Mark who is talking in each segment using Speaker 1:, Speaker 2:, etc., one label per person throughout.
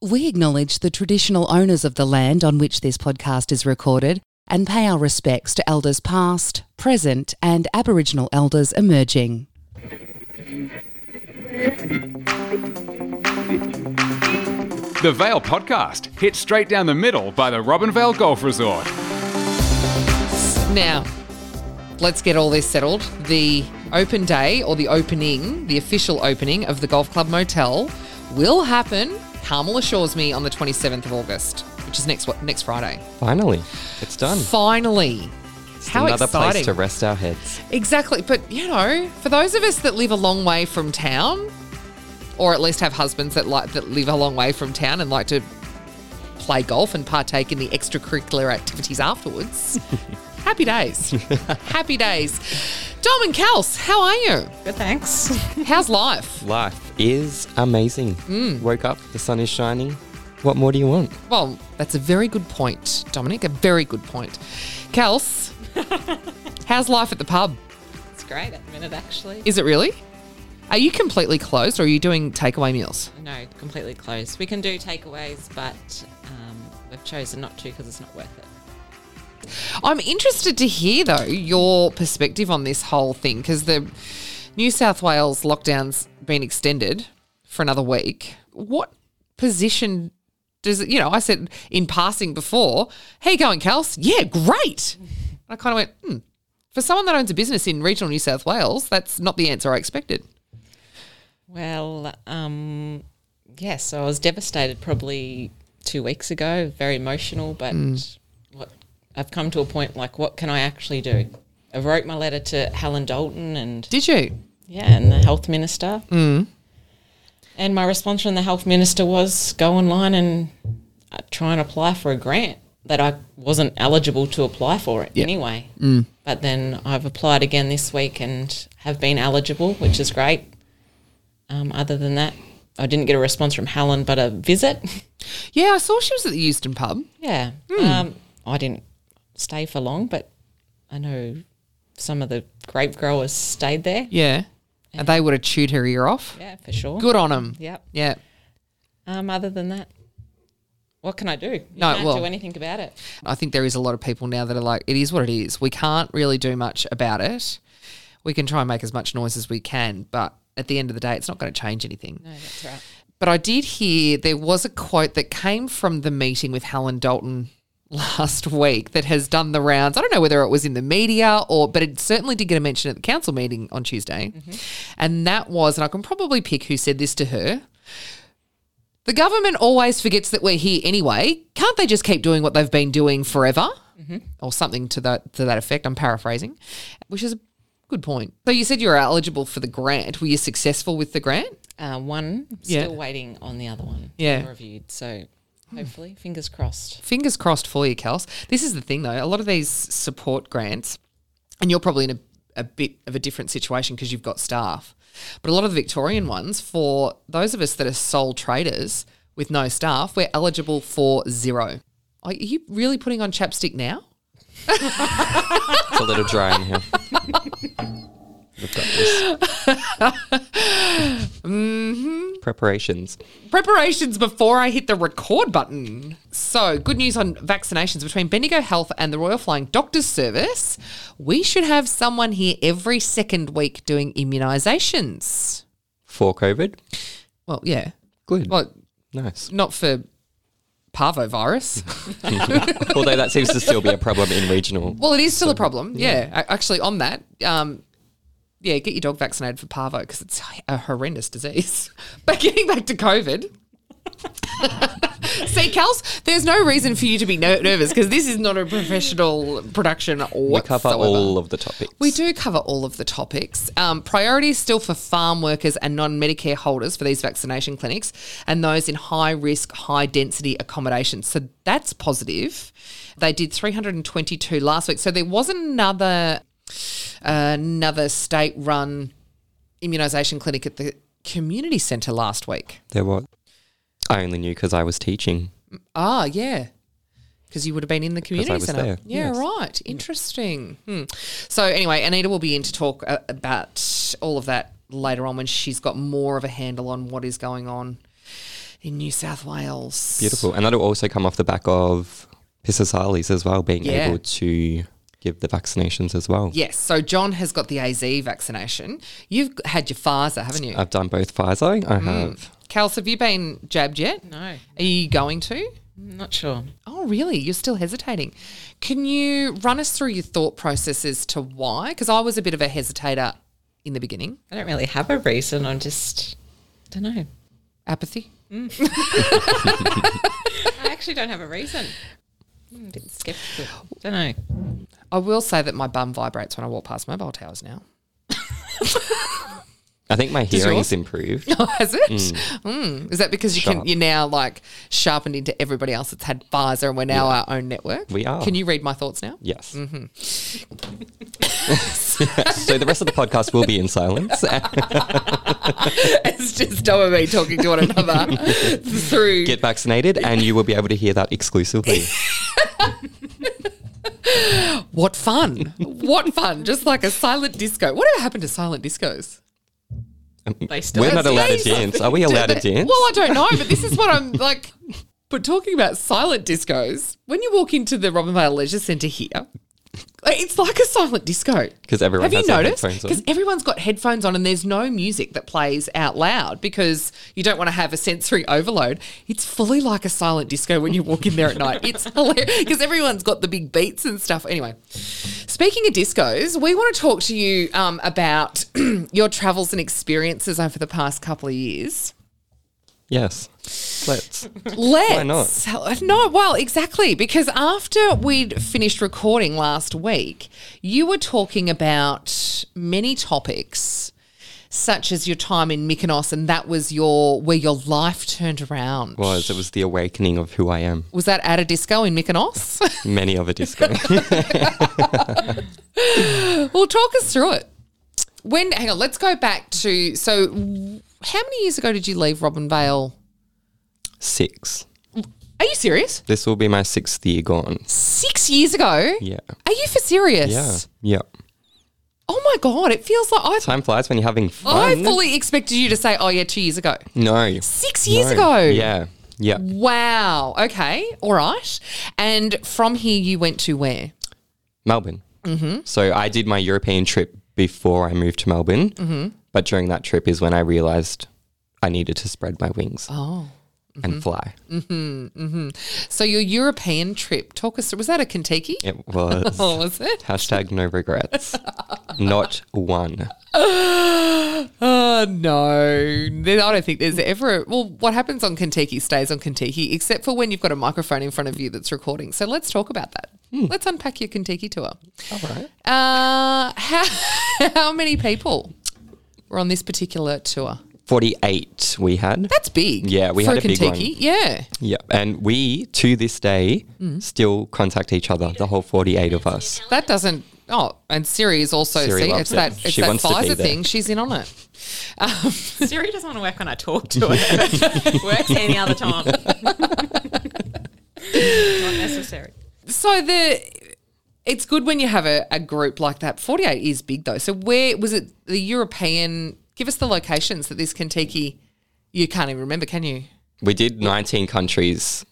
Speaker 1: We acknowledge the traditional owners of the land on which this podcast is recorded and pay our respects to elders past, present, and Aboriginal elders emerging.
Speaker 2: The Vale Podcast, hit straight down the middle by the Robin Vale Golf Resort.
Speaker 3: Now, let's get all this settled. The open day or the opening, the official opening of the Golf Club Motel will happen, Carmel assures me, on the 27th of August, which is next what next Friday.
Speaker 4: Finally, it's done.
Speaker 3: Finally.
Speaker 4: It's
Speaker 3: How
Speaker 4: another
Speaker 3: exciting.
Speaker 4: place to rest our heads.
Speaker 3: Exactly. But, you know, for those of us that live a long way from town, or at least have husbands that like that live a long way from town and like to play golf and partake in the extracurricular activities afterwards, happy days. happy days. Dom and Kels, how are you?
Speaker 5: Good, thanks.
Speaker 3: How's life?
Speaker 4: Life is amazing.
Speaker 3: Mm.
Speaker 4: Woke up, the sun is shining. What more do you want?
Speaker 3: Well, that's a very good point, Dominic. A very good point. Kels, how's life at the pub?
Speaker 5: It's great at the minute, actually.
Speaker 3: Is it really? Are you completely closed or are you doing takeaway meals?
Speaker 5: no, completely closed. We can do takeaways, but um, we've chosen not to because it's not worth it.
Speaker 3: I'm interested to hear though your perspective on this whole thing because the New South Wales lockdown's been extended for another week. What position does it, you know? I said in passing before, "Hey, going, Kels? Yeah, great." I kind of went, hmm. For someone that owns a business in regional New South Wales, that's not the answer I expected.
Speaker 5: Well, um, yes, I was devastated probably two weeks ago, very emotional, but what I've come to a point like, what can I actually do? I wrote my letter to Helen Dalton and
Speaker 3: Did you?
Speaker 5: yeah, and the health minister. And my response from the health minister was go online and uh, try and apply for a grant that I wasn't eligible to apply for it anyway. But then I've applied again this week and have been eligible, which is great. Um, other than that, I didn't get a response from Helen, but a visit.
Speaker 3: Yeah, I saw she was at the Euston pub.
Speaker 5: yeah. Um, I didn't stay for long, but I know some of the grape growers stayed there.
Speaker 3: Yeah, and they would have chewed her ear off.
Speaker 5: Yeah, for sure.
Speaker 3: Good on them.
Speaker 5: Yep.
Speaker 3: Yeah.
Speaker 5: Um, other than that, what can I do? You
Speaker 3: No,
Speaker 5: can't
Speaker 3: well-
Speaker 5: do anything about it.
Speaker 3: I think there is a lot of people now that are like, it is what it is. We can't really do much about it. We can try and make as much noise as we can, but at the end of the day, it's not going to change anything.
Speaker 5: No, that's right.
Speaker 3: But I did hear there was a quote that came from the meeting with Helen Dalton last week that has done the rounds. I don't know whether it was in the media or, but it certainly did get a mention at the council meeting on Tuesday.
Speaker 5: Mm-hmm.
Speaker 3: And that was, and I can probably pick who said this to her. The government always forgets that we're here anyway. Can't they just keep doing what they've been doing forever? Or something to that, to that effect. I'm paraphrasing, which is a good point. So you said you were eligible for the grant. Were you successful with the grant?
Speaker 5: Uh, one
Speaker 3: Yeah.
Speaker 5: still waiting on the other one.
Speaker 3: Yeah.
Speaker 5: being reviewed. So hopefully, fingers crossed.
Speaker 3: fingers crossed for you, Kels. This is the thing, though. A lot of these support grants, and you're probably in a, a bit of a different situation because you've got staff, but a lot of the Victorian ones, for those of us that are sole traders with no staff, we're eligible for zero. Are you really putting on chapstick now?
Speaker 4: It's a little dry in here. We've got this.
Speaker 3: Mm-hmm.
Speaker 4: Preparations.
Speaker 3: preparations before I hit the record button. So, good news on vaccinations between Bendigo Health and the Royal Flying Doctors Service. We should have someone here every second week doing immunisations.
Speaker 4: For COVID.
Speaker 3: Well, yeah.
Speaker 4: Good.
Speaker 3: Well,
Speaker 4: nice.
Speaker 3: not for parvo virus.
Speaker 4: Although that seems to still be a problem in regional.
Speaker 3: well, it is still a problem. Yeah. A- Actually, on that, um, yeah, get your dog vaccinated for parvo because it's a horrendous disease. but getting back to COVID. See, Kels, there's no reason for you to be ner- nervous because this is not a professional production whatsoever.
Speaker 4: We cover all of the topics.
Speaker 3: We do cover all of the topics. Um, priority is still for farm workers and non Medicare holders for these vaccination clinics and those in high risk, high density accommodations. So that's positive. They did 322 last week. So there was another another state run immunisation clinic at the community centre last week.
Speaker 4: There was. I only knew because I was teaching.
Speaker 3: Ah, yeah. Because you would have been in the community
Speaker 4: I was
Speaker 3: centre.
Speaker 4: there,
Speaker 3: Yeah,
Speaker 4: yes.
Speaker 3: right. Interesting. Hmm. So, anyway, Anita will be in to talk uh, about all of that later on when she's got more of a handle on what is going on in New South Wales.
Speaker 4: Beautiful. And that'll also come off the back of Pissasalis as well, being
Speaker 3: Yeah.
Speaker 4: able to give the vaccinations as well.
Speaker 3: Yes. So John has got the AZ vaccination. You've had your Pfizer, haven't you?
Speaker 4: I've done both Pfizer.
Speaker 3: Mm.
Speaker 4: I have.
Speaker 3: Kels, have you been jabbed yet?
Speaker 5: No,
Speaker 3: Are you going to?
Speaker 5: not sure.
Speaker 3: Oh, really? You're still hesitating. Can you run us through your thought process as to why? Because I was a bit of a hesitator in the beginning.
Speaker 5: I don't really have a reason. I just don't know.
Speaker 3: Apathy.
Speaker 5: I actually don't have a reason. I'm a bit skeptical. Don't know.
Speaker 3: I will say that my bum vibrates when I walk past mobile towers now.
Speaker 4: I think my
Speaker 3: Does yours?
Speaker 4: hearing's improved.
Speaker 3: Oh, has it? Mm. Is that because you can,
Speaker 4: Sharp.
Speaker 3: you're now like sharpened into everybody else that's had Pfizer and we're now our own network?
Speaker 4: We are.
Speaker 3: Can you read my thoughts now?
Speaker 4: Yes.
Speaker 3: Mm-hmm.
Speaker 4: so the rest of the podcast will be in silence.
Speaker 3: it's just Dom and me talking to one another through.
Speaker 4: Get vaccinated, and you will be able to hear that exclusively.
Speaker 3: what fun! what fun! Just like a silent disco. Whatever happened to silent discos?
Speaker 5: They still
Speaker 4: We're not allowed to
Speaker 3: Amazing.
Speaker 4: dance. Are we allowed to
Speaker 3: But-
Speaker 4: dance?
Speaker 3: Well, I don't know, but this is what I'm like. But talking about silent discos, when you walk into the Robin Vale Leisure Centre here, like, it's like a silent disco.
Speaker 4: 'Cause everyone
Speaker 3: have
Speaker 4: has
Speaker 3: you
Speaker 4: their
Speaker 3: noticed?
Speaker 4: headphones on.
Speaker 3: Because everyone's got headphones on, and there's no music that plays out loud because you don't want to have a sensory overload. It's fully like a silent disco when you walk in there at night. It's hilarious because everyone's got the big beats and stuff. Anyway, Speaking of discos, we want to talk to you um, about your travels and experiences over the past couple of years.
Speaker 4: Yes. Let's.
Speaker 3: Let's.
Speaker 4: not?
Speaker 3: No, well, exactly. Because after we'd finished recording last week, you were talking about many topics, such as your time in Mykonos, and that was your where your life turned around.
Speaker 4: Was it was the awakening of who I am.
Speaker 3: Was that at a disco in Mykonos?
Speaker 4: Many of a disco.
Speaker 3: Well, talk us through it. When hang on, let's go back to so w- how many years ago did you leave Robin Vale?
Speaker 4: Six.
Speaker 3: Are you serious?
Speaker 4: This will be my sixth year gone.
Speaker 3: Six years ago?
Speaker 4: Yeah.
Speaker 3: Are you for serious?
Speaker 4: Yeah. Yeah.
Speaker 3: Oh my god, it feels like I
Speaker 4: Time flies when you're having fun.
Speaker 3: Oh, I fully expected you to say, Oh yeah, two years ago.
Speaker 4: no.
Speaker 3: Six years
Speaker 4: No.
Speaker 3: ago.
Speaker 4: Yeah. Yeah.
Speaker 3: Wow. Okay. All right. And from here you went to where?
Speaker 4: Melbourne. Mm-hmm. So I did my European trip before I moved to Melbourne. Mm-hmm. But during that trip is when I realized I needed to spread my wings
Speaker 3: Oh. Mm.
Speaker 4: and fly.
Speaker 3: So your European trip. Talk us through was that a Kentucky?
Speaker 4: It was.
Speaker 3: Or was it?
Speaker 4: Hashtag no regrets. Not one.
Speaker 3: Oh, no. Then I don't think there's ever. Well, what happens on Kentucky stays on Kentucky, except for when you've got a microphone in front of you that's recording. So let's talk about that. Let's unpack your Kentucky tour. Hmm. All right. Uh, how, how many people were on this particular tour?
Speaker 4: 48 we had.
Speaker 3: That's big.
Speaker 4: Yeah, we
Speaker 3: for
Speaker 4: had a big one.
Speaker 3: Kentucky. Yeah.
Speaker 4: Yeah. And we, to this day,
Speaker 3: Mm.
Speaker 4: still contact each other, the whole 48 of us.
Speaker 3: That doesn't. Oh, and Siri is also.
Speaker 4: Siri
Speaker 3: see,
Speaker 4: loves
Speaker 3: it's
Speaker 4: it.
Speaker 3: that. It's
Speaker 4: She
Speaker 3: that
Speaker 4: wants to be
Speaker 3: Pfizer
Speaker 4: there.
Speaker 3: thing. She's in on it.
Speaker 5: Siri doesn't want to work when I talk to her. Works any other time. Not necessary.
Speaker 3: So the it's good when you have a, a group like that. Forty eight is big though. So where was it? The European. Give us the locations that this Kentucky. You can't even remember, can you?
Speaker 4: We did 19 countries,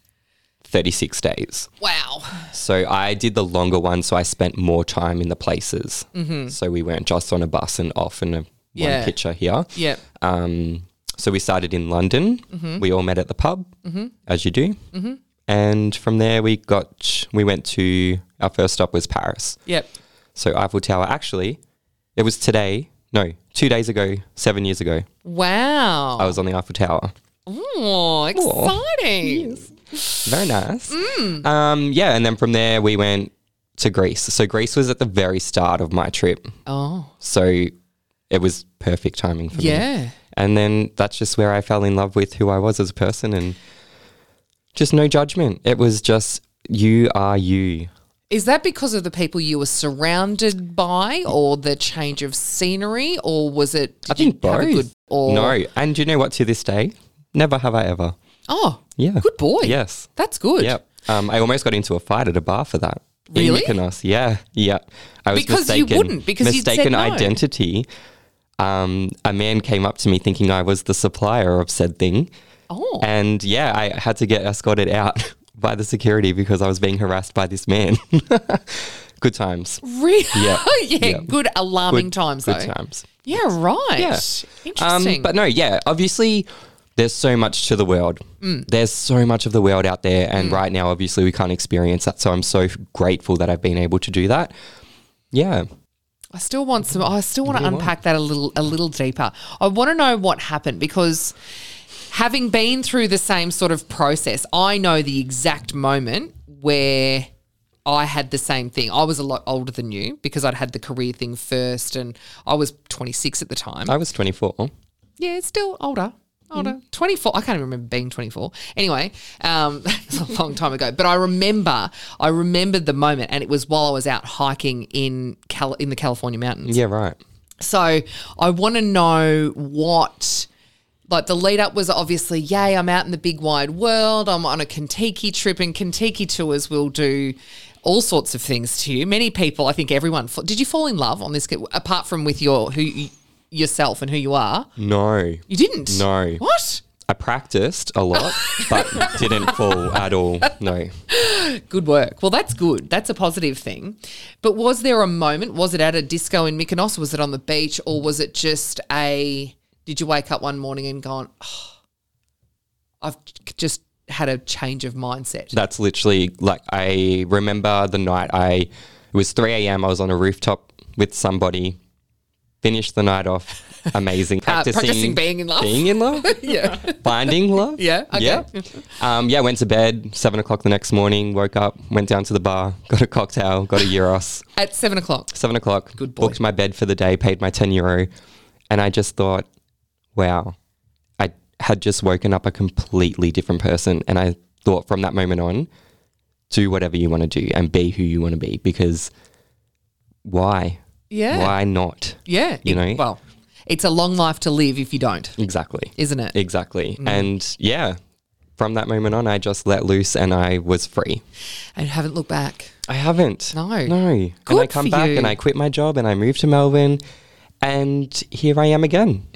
Speaker 4: 36 days.
Speaker 3: Wow.
Speaker 4: So I did the longer one, so I spent more time in the places. Mm-hmm. So we weren't just on a bus and off in a
Speaker 3: Yeah.
Speaker 4: one picture here.
Speaker 3: Yep.
Speaker 4: Um, so we started in London. We all met at the pub, as you do. Mm-hmm. And from there, we got we went to our first stop was Paris.
Speaker 3: Yep.
Speaker 4: So Eiffel Tower. Actually, it was today. No, two days ago, seven years ago.
Speaker 3: Wow.
Speaker 4: I was on the Eiffel Tower.
Speaker 3: Oh, exciting.
Speaker 4: Very nice. Um, yeah, and then from there we went to Greece. So Greece was at the very start of my trip.
Speaker 3: Oh,
Speaker 4: So it was perfect timing for me.
Speaker 3: yeah.
Speaker 4: And then that's just where I fell in love with who I was as a person and just no judgment. It was just you are you.
Speaker 3: Is that because of the people you were surrounded by, or the change of scenery, or was it? I
Speaker 4: think both.
Speaker 3: or
Speaker 4: no. And you know what to this day? Never have I ever.
Speaker 3: Oh,
Speaker 4: Yeah.
Speaker 3: Good boy.
Speaker 4: Yes.
Speaker 3: That's good.
Speaker 4: Yep. Um, I almost got into a fight at a bar for that.
Speaker 3: Really?
Speaker 4: In Mykonos. Yeah. Yeah. I was
Speaker 3: Because you
Speaker 4: mistaken.
Speaker 3: wouldn't, because you'd said
Speaker 4: mistaken
Speaker 3: no.
Speaker 4: identity. Um, a man came up to me thinking I was the supplier of said thing.
Speaker 3: Oh.
Speaker 4: And yeah, I had to get escorted out by the security because I was being harassed by this man. good times.
Speaker 3: Really?
Speaker 4: Yeah.
Speaker 3: yeah,
Speaker 4: Yeah.
Speaker 3: Good alarming times,
Speaker 4: good
Speaker 3: though.
Speaker 4: times.
Speaker 3: Yeah, right.
Speaker 4: Yeah.
Speaker 3: Interesting.
Speaker 4: Um, but no, yeah, obviously there's so much to the world. There's so much of the world out there. And right now, obviously, we can't experience that. So I'm so grateful that I've been able to do that. Yeah.
Speaker 3: I still want some. I still want to unpack that a little, a little deeper. I want to know what happened because, having been through the same sort of process, I know the exact moment where I had the same thing. I was a lot older than you because I'd had the career thing first, and I was 26 at the time.
Speaker 4: I was 24.
Speaker 3: Yeah, it's still older. Older. 24. I can't even remember being 24. Anyway, um, it's a long time ago. But I remember, I remembered the moment, and it was while I was out hiking in Cal- in the California mountains.
Speaker 4: Yeah, right.
Speaker 3: So I want to know what. Like the lead up was obviously, yay, I'm out in the big wide world. I'm on a Kentucky trip, and Kentucky tours will do all sorts of things to you. Many people, I think everyone. fa- Did you fall in love on this? Apart from with your who you, yourself and who you are,
Speaker 4: No.
Speaker 3: you didn't.
Speaker 4: No.
Speaker 3: What?
Speaker 4: I practiced a lot, but didn't fall at all. No.
Speaker 3: Good work. Well, that's good. That's a positive thing. But was there a moment? Was it at a disco in Mykonos? Was it on the beach? Or was it just a. Did you wake up one morning and gone, oh, I've j- just had a change of mindset?
Speaker 4: That's literally like I remember the night I it was 3 a.m. I was on a rooftop with somebody. Finished the night off amazing. Practicing,
Speaker 3: Uh, practicing being in love.
Speaker 4: Being in love.
Speaker 3: yeah.
Speaker 4: Finding love.
Speaker 3: Yeah, okay.
Speaker 4: Yeah. Um, yeah. Went to bed. Seven o'clock the next morning. Woke up. Went down to the bar. Got a cocktail. Got a euros.
Speaker 3: At seven o'clock.
Speaker 4: Seven o'clock.
Speaker 3: Good boy.
Speaker 4: Booked my bed for the day. Paid my ten euro, and I just thought, wow, I had just woken up a completely different person. And I thought from that moment on, do whatever you want to do and be who you want to be because why?
Speaker 3: Yeah.
Speaker 4: Why not?
Speaker 3: Yeah.
Speaker 4: You know?
Speaker 3: It- Well, it's a long life to live if you don't,
Speaker 4: Exactly.
Speaker 3: isn't it? Mm.
Speaker 4: Exactly. And yeah, from that moment on, I just let loose and I was free.
Speaker 3: And haven't looked back.
Speaker 4: I haven't.
Speaker 3: No.
Speaker 4: No. and I
Speaker 3: Good
Speaker 4: come
Speaker 3: for
Speaker 4: back
Speaker 3: you.
Speaker 4: and I quit my job and I moved to Melbourne. And here I am again,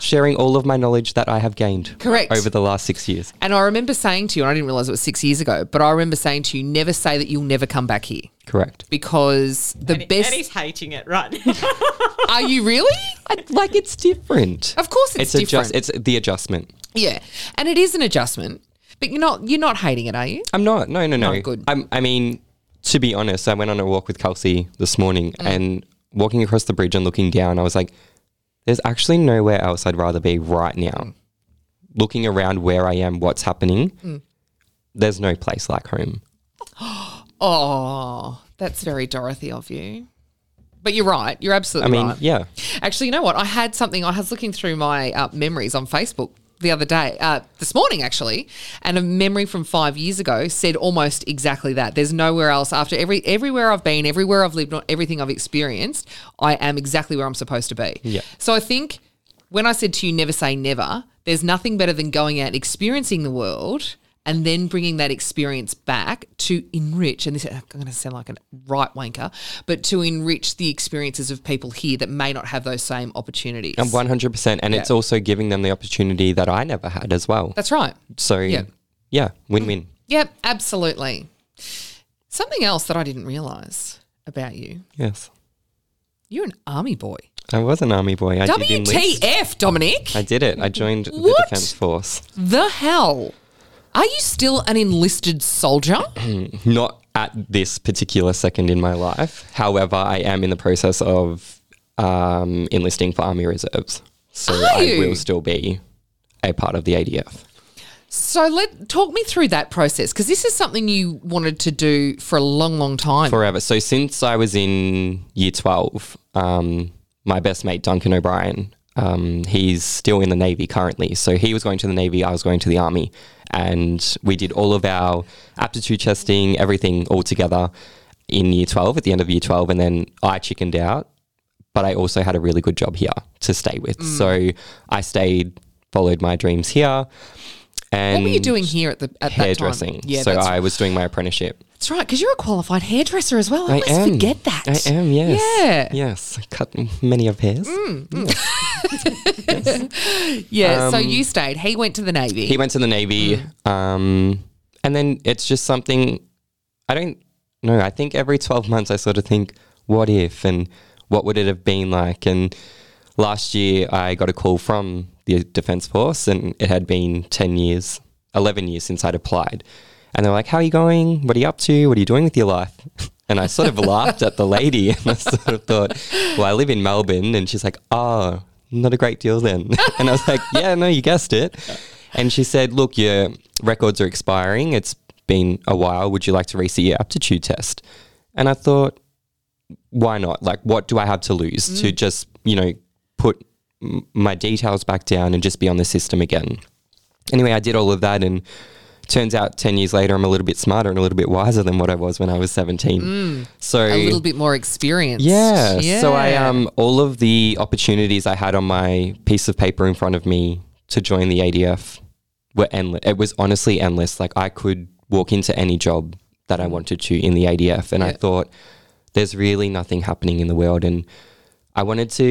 Speaker 4: sharing all of my knowledge that I have gained
Speaker 3: Mm. Correct.
Speaker 4: over the last six years.
Speaker 3: And I remember saying to you, and I didn't realize it was six years ago, but I remember saying to you, never say that you'll never come back here
Speaker 4: Correct.
Speaker 3: because the best.
Speaker 5: Eddie's hating it right
Speaker 3: Are you really?
Speaker 4: I, like it's different.
Speaker 3: Of course it's different.
Speaker 4: adjust- it's the adjustment.
Speaker 3: Yeah, and it is an adjustment, but you're not you're not hating it, are you?
Speaker 4: I'm not. No, no, no.
Speaker 3: Not good.
Speaker 4: I'm, I mean, to be honest, I went on a walk with Kelsey this morning
Speaker 3: Mm.
Speaker 4: and walking across the bridge and looking down, I was like, there's actually nowhere else I'd rather be right now.
Speaker 3: Mm.
Speaker 4: Looking around where I am, what's happening,
Speaker 3: Mm.
Speaker 4: there's no place like home.
Speaker 3: Oh, that's very Dorothy of you. But you're right. You're
Speaker 4: I
Speaker 3: absolutely
Speaker 4: mean,
Speaker 3: right.
Speaker 4: yeah.
Speaker 3: Actually, you know what? I had something. I was looking through my uh, memories on Facebook the other day, uh, this morning actually, and a memory from five years ago said almost exactly that. There's nowhere else after every everywhere I've been, everywhere I've lived, not everything I've experienced. I am exactly where I'm supposed to be.
Speaker 4: Yeah.
Speaker 3: So I think when I said to you, never say never. There's nothing better than going out and experiencing the world. And then bringing that experience back to enrich, and this I'm going to sound like a right wanker, but to enrich the experiences of people here that may not have those same opportunities.
Speaker 4: I'm 100%. And it's also giving them the opportunity that I never had as well.
Speaker 3: That's right.
Speaker 4: so,
Speaker 3: yeah. Mm.
Speaker 4: yeah, yeah win win.
Speaker 3: Yep, absolutely. Something else that I didn't realize about you
Speaker 4: Yes.
Speaker 3: you're an army boy.
Speaker 4: I was an army boy. I did enlist.
Speaker 3: WTF, Dominic?
Speaker 4: I did it. I joined the
Speaker 3: E What?
Speaker 4: Defence Force.
Speaker 3: The hell? Are you still an enlisted soldier?
Speaker 4: not at this particular second in my life. However, I am in the process of um, enlisting for Army Reserves. So
Speaker 3: Are
Speaker 4: I
Speaker 3: you?
Speaker 4: will still be a part of the ADF.
Speaker 3: So let talk me through that process because this is something you wanted to do for a long, long time.
Speaker 4: forever. So since I was in year 12, um, my best mate, Duncan O'Brien, um, he's still in the Navy currently. So he was going to the Navy, I was going to the Army. And we did all of our aptitude testing, everything all together in year 12, at the end of year 12. And then I chickened out, but I also had a really good job here to stay with.
Speaker 3: Mm.
Speaker 4: So I stayed, followed my dreams here. And
Speaker 3: what were you doing here at the at
Speaker 4: Hairdressing.
Speaker 3: That time? Yeah,
Speaker 4: so
Speaker 3: that's,
Speaker 4: I was doing my apprenticeship.
Speaker 3: that's right because you're a qualified hairdresser as well. I, always forget that.
Speaker 4: I am, yes.
Speaker 3: Yeah.
Speaker 4: Yes. I cut many of his.
Speaker 3: Yeah. so you stayed. He went to the Navy.
Speaker 4: Um, He went to the Navy. Um, and then it's just something I don't know. I think every 12 months I sort of think, what if and what would it have been like? And last year I got a call from the Defence Force and it had been 10 years, 11 years since I'd applied. And they're like, how are you going? What are you up to? What are you doing with your life? And I sort of laughed at the lady and I sort of thought, well, I live in Melbourne. And she's like, oh, not a great deal then. And I was like, yeah, no, you guessed it. And she said, look, your records are expiring. It's been a while. Would you like to reset your aptitude test? And I thought, why not? Like, what do I have to lose
Speaker 3: Mm.
Speaker 4: to just, you know, put m- my details back down and just be on the system again? Anyway, I did all of that. And turns out 10 years later, I'm a little bit smarter and a little bit wiser than what I was when I was 17. So,
Speaker 3: Mm. a little bit more experienced.
Speaker 4: yeah. So I
Speaker 3: Yeah.
Speaker 4: um all of the opportunities I had on my piece of paper in front of me to join the ADF were endless. It was honestly endless. Like I could walk into any job that I wanted to in the ADF, and I thought there's really nothing happening in the world, and I wanted to.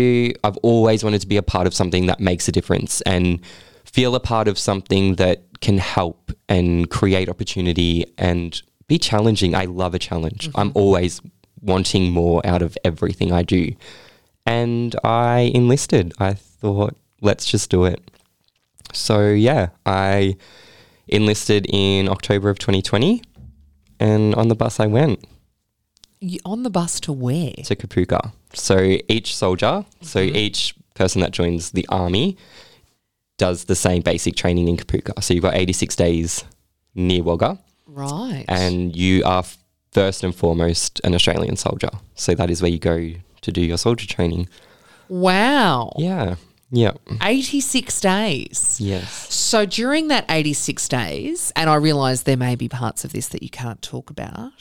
Speaker 4: I've always wanted to be a part of something that makes a difference and feel a part of something that can help and create opportunity and be challenging. I love a challenge. I'm always wanting more out of everything I do. And I enlisted. I thought, let's just do it. So, yeah, I enlisted in October of 2020 and on the bus I went
Speaker 3: You- on the bus to where?
Speaker 4: to Kapuka. So each soldier, so each person that joins the army does the same basic training in Kapuka. So you've got 86 days near Wagga
Speaker 3: Right.
Speaker 4: and you are f- first and foremost an Australian soldier. So that is where you go to do your soldier training.
Speaker 3: wow.
Speaker 4: Yeah. Yeah.
Speaker 3: 86 days.
Speaker 4: Yes.
Speaker 3: So during that 86 days, and I realise there may be parts of this that you can't talk about,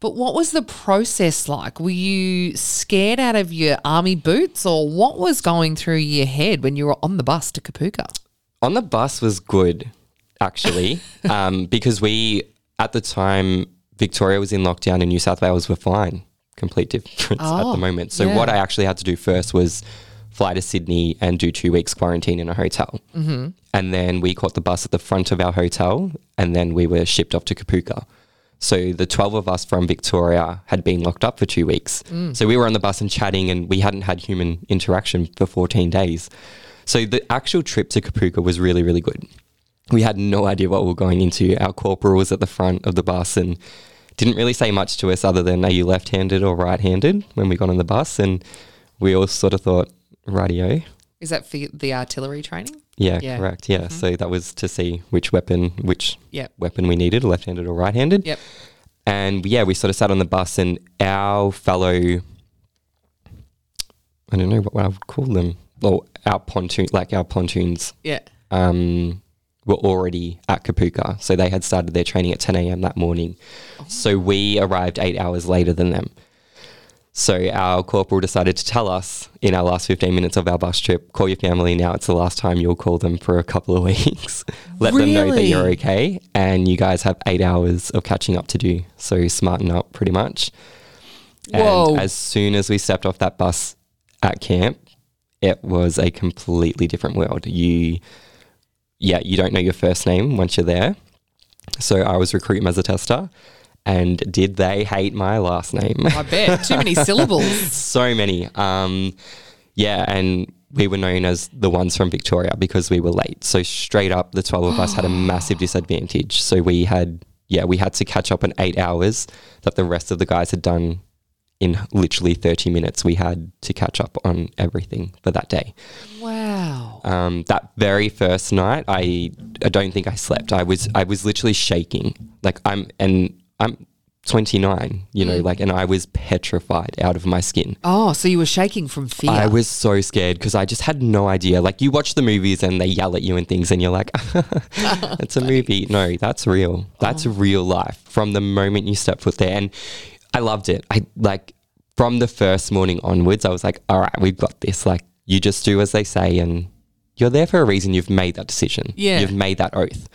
Speaker 3: but what was the process like? Were you scared out of your army boots or what was going through your head when you were on the bus to Kapuka?
Speaker 4: On the bus was good, actually, um, because we, at the time, Victoria was in lockdown and New South Wales were fine. Complete difference at
Speaker 3: Oh,
Speaker 4: the moment. So,
Speaker 3: yeah.
Speaker 4: what I actually had to do first was fly to Sydney and do two weeks quarantine in a hotel. Mm-hmm. And then we caught the bus at the front of our hotel and then we were shipped off to Kapuka. So the 12 of us from Victoria had been locked up for two weeks.
Speaker 3: Mm.
Speaker 4: So we were on the bus and chatting, and we hadn't had human interaction for 14 days. So the actual trip to Kapuka was really, really good. We had no idea what we were going into. Our corporal was at the front of the bus and didn't really say much to us other than, Are you left handed or right handed when we got on the bus? And we all sort of thought, Radio.
Speaker 3: Is that for the artillery training?
Speaker 4: Yeah,
Speaker 3: Yeah. Mm-hmm.
Speaker 4: correct. Yeah. So that was to see which weapon, which
Speaker 3: Yep.
Speaker 4: weapon we needed, left handed or right handed.
Speaker 3: Yep.
Speaker 4: And yeah, we sort of sat on the bus, and our fellow, I don't know what I would call them, well, our pontoon, like our pontoons,
Speaker 3: Yeah.
Speaker 4: um, were already at Kapuka. So they had started their training at 10 a.m. that morning.
Speaker 3: Oh.
Speaker 4: So we arrived eight hours later than them. So our corporal decided to tell us in our last 15 minutes of our bus trip call your family now. It's the last time you'll call them for a couple of weeks. Let them know that you're
Speaker 3: Really?
Speaker 4: okay. And you guys have eight hours of catching up to do. So smarten up pretty much.
Speaker 3: Whoa.
Speaker 4: And as soon as we stepped off that bus at camp, it was a completely different world. You, yeah, you don't know your first name once you're there. So I was recruiting as a tester, and did they hate my last name?
Speaker 3: I bet. Too many syllables.
Speaker 4: so many. Um, yeah, and we were known as the ones from Victoria because we were late. So straight up, the twelve of us had a massive disadvantage. So we had, yeah, we had to catch up in eight hours that the rest of the guys had done in literally thirty minutes. We had to catch up on everything for that day.
Speaker 3: Wow.
Speaker 4: Um, that very first night, I I don't think I slept. I was I was literally shaking. Like I'm and I'm. 29, you know, like, and I was petrified out of my skin.
Speaker 3: Oh, so you were shaking from fear.
Speaker 4: I was so scared because I just had no idea. Like you watch the movies and they yell at you and things, and you're like, "It's a movie." No, that's real.
Speaker 3: Oh.
Speaker 4: That's real life. From the moment you step foot there, and I loved it. I like from the first morning onwards, I was like, "All right, we've got this." Like you just do as they say, and you're there for a reason. You've made that decision.
Speaker 3: Yeah. Mm-hmm.
Speaker 4: you've made that oath,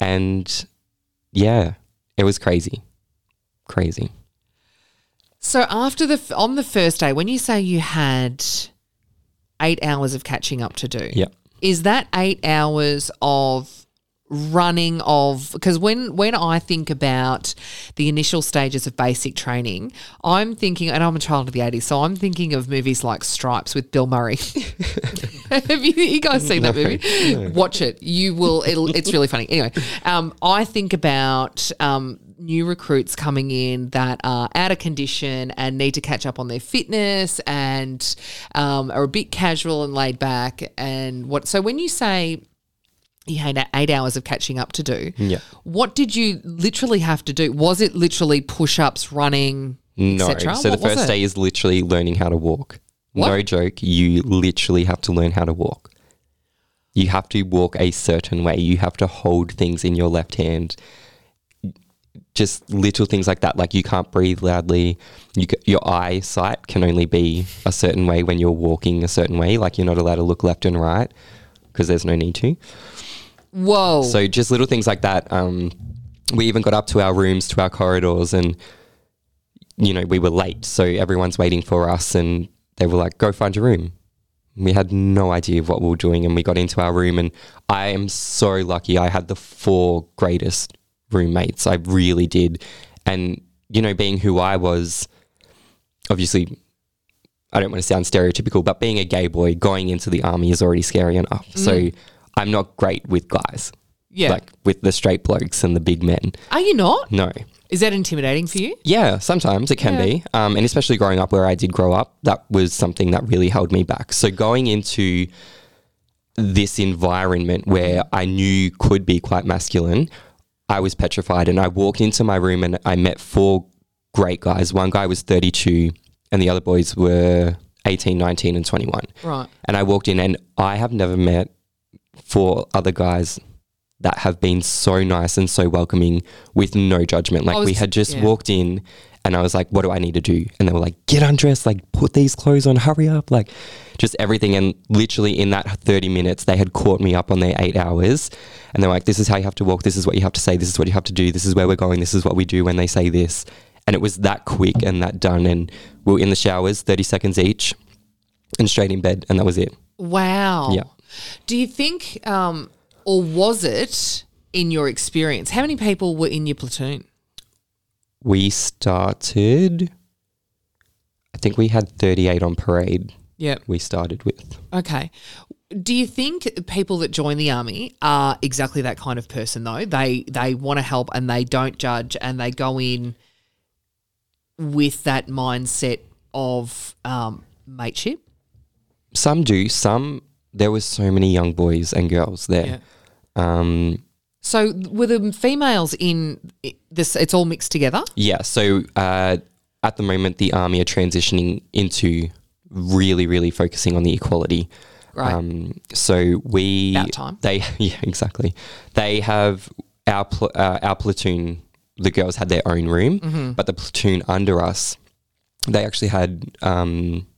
Speaker 4: and yeah, it was crazy, crazy.
Speaker 3: So after the f- on the first day, when you say you had eight hours of catching up to do.
Speaker 4: Yeah.
Speaker 3: Is that eight hours of running of because when when I think about the initial stages of basic training, I'm thinking and I'm a child of the 80s, so I'm thinking of movies like Stripes with Bill Murray. Have you, you guys seen that movie? Watch it. You will. It'll, it's really funny. Anyway, um, I think about um, new recruits coming in that are out of condition and need to catch up on their fitness and um, are a bit casual and laid back. And what? So when you say you had eight hours of catching up to do,
Speaker 4: Yeah.
Speaker 3: what did you literally have to do? Was it literally push-ups, running?
Speaker 4: No.
Speaker 3: etc.?
Speaker 4: So the
Speaker 3: What was
Speaker 4: first
Speaker 3: it?
Speaker 4: day is literally learning how to walk. No joke. You literally have to learn how to walk. You have to walk a certain way. You have to hold things in your left hand. Just little things like that. Like you can't breathe loudly. You, ca- your eyesight can only be a certain way when you're walking a certain way. Like you're not allowed to look left and right because there's no need to.
Speaker 3: Whoa!
Speaker 4: So just little things like that. Um, we even got up to our rooms, to our corridors, and you know we were late, so everyone's waiting for us, and they were like, "Go find your room." We had no idea of what we were doing, and we got into our room, and I am so lucky. I had the four greatest roommates. I really did, and you know, being who I was, obviously. I don't want to sound stereotypical, but being a gay boy going into the army is already scary enough. So I'm not great with guys
Speaker 3: yeah.
Speaker 4: like with the straight blokes and the big men.
Speaker 3: are you not?
Speaker 4: No.
Speaker 3: Is that intimidating for you?
Speaker 4: Yeah, sometimes it can be. Um, and especially growing up where I did grow up, that was something that really held me back. So going into this environment where I knew could be quite masculine, I was petrified. And I walked into my room and I met four great guys. One guy was 32, and the other boys were 18, 19, and 21.
Speaker 3: Right.
Speaker 4: And I walked in, and I have never met four other guys that have been so nice and so welcoming with no judgment. Like
Speaker 3: I was-
Speaker 4: we had just
Speaker 3: yeah.
Speaker 4: walked in, and I was like, "What do I need to do?" And they were like, "Get undressed, like put these clothes on, hurry up, like just everything." And literally in that thirty minutes, they had caught me up on their eight hours, and they're like, "This is how you have to walk. This is what you have to say. This is what you have to do. This is where we're going. This is what we do when they say this." And it was that quick and that done. And we were in the showers, thirty seconds each, and straight in bed, and that was it.
Speaker 3: Wow.
Speaker 4: Yeah.
Speaker 3: Do you think, um, or was it in your experience? How many people were in your platoon?
Speaker 4: we started i think we had 38 on parade
Speaker 3: Yeah.
Speaker 4: we started with
Speaker 3: Okay. Do you think people that join the army are exactly that kind of person though? They they want to help and they don't judge and they go in with that mindset of um, mateship.
Speaker 4: some do some there was so many young boys and girls there um
Speaker 3: So were the females in i- this? It's all mixed together.
Speaker 4: yeah so uh at the moment the army are transitioning into really really focusing on the equality
Speaker 3: Right.
Speaker 4: Um, so we
Speaker 3: About time.
Speaker 4: they yeah exactly they have our pl- uh, our platoon. The girls had their own room,
Speaker 3: Mm-hmm.
Speaker 4: but the platoon under us, they actually had um,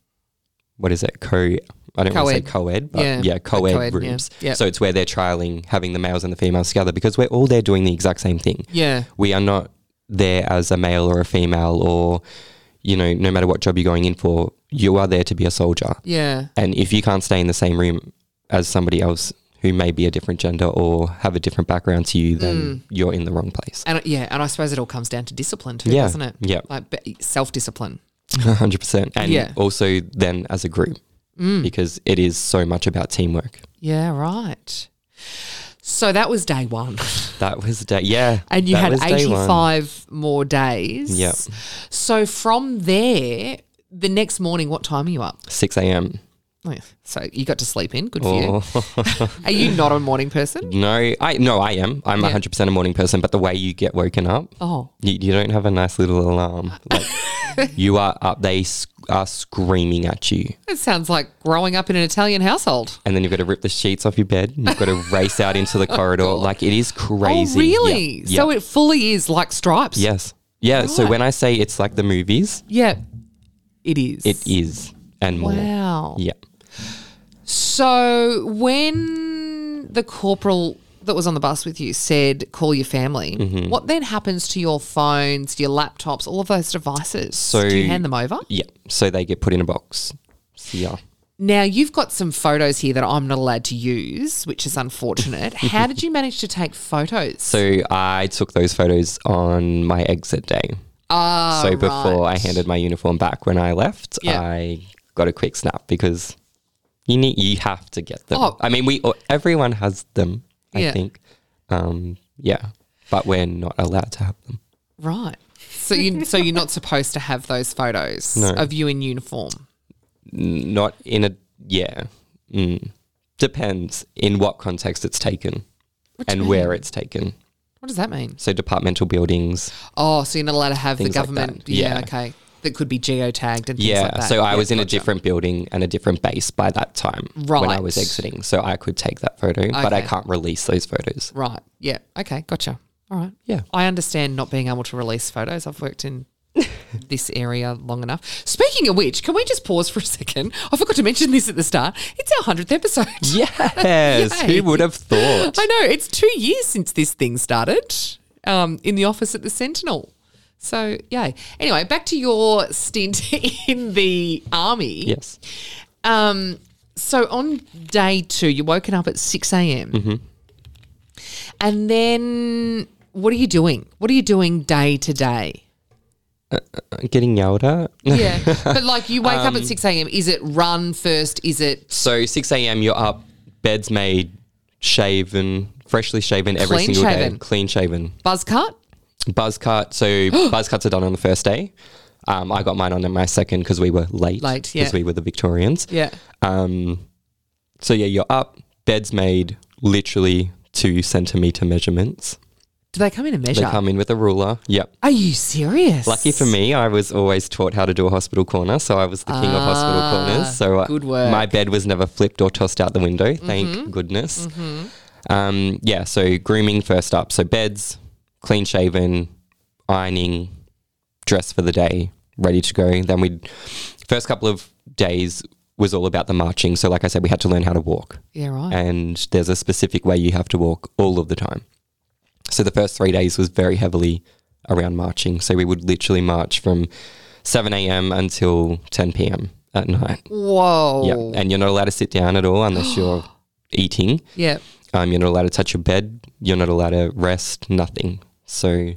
Speaker 4: what is it co. I don't want to say
Speaker 3: Co-ed.
Speaker 4: co-ed, but
Speaker 3: Yeah,
Speaker 4: yeah, co-ed,
Speaker 3: co-ed, yeah.
Speaker 4: rooms.
Speaker 3: Yep.
Speaker 4: So it's where they're trialing having the males and the females together because we're all there doing the exact same thing
Speaker 3: yeah.
Speaker 4: we are not there as a male or a female or you know no matter what job you're going in for you are there to be a soldier
Speaker 3: Yeah.
Speaker 4: and if you can't stay in the same room as somebody else who may be a different gender or have a different background to you then
Speaker 3: Mm.
Speaker 4: you're in the wrong place
Speaker 3: And uh, yeah, and I suppose it all comes down to discipline too,
Speaker 4: Yeah,
Speaker 3: doesn't it?
Speaker 4: yeah.
Speaker 3: Like be- self-discipline.
Speaker 4: 100% and
Speaker 3: Yeah. Mm.
Speaker 4: also then as a group because it is so much about teamwork
Speaker 3: Yeah, right. So that was day 1.
Speaker 4: that was day yeah
Speaker 3: And you
Speaker 4: that
Speaker 3: had
Speaker 4: was day one.
Speaker 3: 85 more days.
Speaker 4: Yep.
Speaker 3: So from there, the next morning, what time are you up?
Speaker 4: 6 a.m
Speaker 3: Oh, yeah. So you got to sleep in. Good for you.
Speaker 4: Oh.
Speaker 3: Are you not a morning person?
Speaker 4: no i no i am i'm
Speaker 3: Yeah.
Speaker 4: 100% a morning person but the way you get woken up
Speaker 3: Oh,
Speaker 4: You, you don't have a nice little alarm. Like, you are up. They sc- are screaming at you,
Speaker 3: it sounds like growing up in an Italian household.
Speaker 4: and then you've got to rip the sheets off your bed. And you've got to race out into the corridor. like it is crazy.
Speaker 3: Oh, really?
Speaker 4: Yeah.
Speaker 3: So
Speaker 4: yeah.
Speaker 3: it fully is like stripes.
Speaker 4: yes, yeah. So
Speaker 3: Right.
Speaker 4: when I say it's like the movies,
Speaker 3: Yeah. It is.
Speaker 4: it is and more.
Speaker 3: Wow.
Speaker 4: Yeah.
Speaker 3: So when the corporal that was on the bus with you said, "Call your family,"
Speaker 4: Mm-hmm.
Speaker 3: what then happens to your phones, your laptops, all of those devices?
Speaker 4: So-
Speaker 3: Do you hand them over?
Speaker 4: Yeah. So they get put in a box. So, yeah.
Speaker 3: Now, you've got some photos here that I'm not allowed to use, which is unfortunate. How did you manage to take photos?
Speaker 4: So I took those photos on my exit day.
Speaker 3: Ah,
Speaker 4: so before
Speaker 3: right.
Speaker 4: I handed my uniform back when I left,
Speaker 3: Yeah.
Speaker 4: I got a quick snap because you need you have to get them.
Speaker 3: Oh.
Speaker 4: I mean, we everyone has them. I
Speaker 3: Yeah.
Speaker 4: think, um, yeah, but we're not allowed to have them.
Speaker 3: Right. So you so you're not supposed to have those photos
Speaker 4: No.
Speaker 3: of you in uniform.
Speaker 4: N- Not in a yeah. Mm. Depends in what context it's taken and where it's taken.
Speaker 3: What does that mean?
Speaker 4: So departmental buildings.
Speaker 3: Oh, so you're not allowed to have
Speaker 4: Things
Speaker 3: the
Speaker 4: like that.
Speaker 3: government.
Speaker 4: Yeah.
Speaker 3: okay. That could be geotagged and things
Speaker 4: Yeah.
Speaker 3: like that.
Speaker 4: so I
Speaker 3: Yeah,
Speaker 4: was in a
Speaker 3: gotcha.
Speaker 4: different building and a different base by that time when I
Speaker 3: Right.
Speaker 4: was exiting. So I could take that photo, but I
Speaker 3: Okay.
Speaker 4: can't release those photos.
Speaker 3: Right. Yeah. Okay. Gotcha. All right.
Speaker 4: Yeah.
Speaker 3: I understand not being able to release photos. I've worked in this area long enough. Speaking of which, can we just pause for a second? I forgot to mention this at the start. It's our hundredth episode.
Speaker 4: Yes.
Speaker 3: Yay.
Speaker 4: Who would have thought?
Speaker 3: I know. It's two years since this thing started um, in the office at the Sentinel. So, yay. Anyway, back to your stint in the army.
Speaker 4: Yes.
Speaker 3: Um, so on day two, you woken up at 6 a.m.
Speaker 4: Mm-hmm.
Speaker 3: And then what are you doing? What are you doing day to day?
Speaker 4: Getting yelled at.
Speaker 3: Yeah. but like you wake up
Speaker 4: Um,
Speaker 3: at 6 a.m. Is it run first? Is it
Speaker 4: so 6 a.m., you're up, bed's made, shaven, freshly shaven every
Speaker 3: Clean
Speaker 4: single day.
Speaker 3: shaven.
Speaker 4: Clean shaven.
Speaker 3: buzz cut?
Speaker 4: Buzz cut. So buzz cuts are done on the first day. Um, I got mine on my second because we were late.
Speaker 3: Late, yeah.
Speaker 4: Because we were the Victorians.
Speaker 3: Yeah.
Speaker 4: Um, so yeah, you're up. Bed's made literally two centimeter measurements.
Speaker 3: Do they come in and measure?
Speaker 4: They come in with a ruler. Yep.
Speaker 3: are you serious?
Speaker 4: Lucky for me, I was always taught how to do a hospital corner, so I was the king of hospital corners. So uh,
Speaker 3: Ah, good work. Mm-hmm.
Speaker 4: my bed was never flipped or tossed out the window. Thank goodness. Um, yeah. So grooming first up. So beds, clean shaven, ironing, dress for the day, ready to go. Then we'd first couple of days was all about the marching. So like I said, we had to learn how to walk
Speaker 3: Yeah, right.
Speaker 4: and there's a specific way you have to walk all of the time. So the first three days was very heavily around marching. So we would literally march from 7 a.m. until 10 p.m. at night.
Speaker 3: Whoa.
Speaker 4: Yeah, and you're not allowed to sit down at all unless you're eating.
Speaker 3: Yeah.
Speaker 4: Um, you're not allowed to touch your bed. You're not allowed to rest. Nothing. So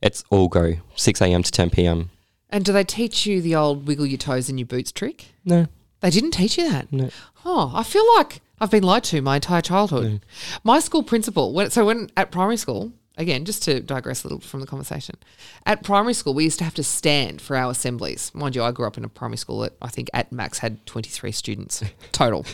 Speaker 4: it's all go 6 a.m. to 10 p.m.
Speaker 3: And do they teach you the old wiggle your toes in your boots trick?
Speaker 4: No,
Speaker 3: They didn't teach you that.
Speaker 4: No.
Speaker 3: Oh, I feel like I've been lied to my entire childhood. My school principal, when, so when at primary school, again, just to digress a little from the conversation, at primary school, we used to have to stand for our assemblies. Mind you, I grew up in a primary school that I think at max had 23 students total.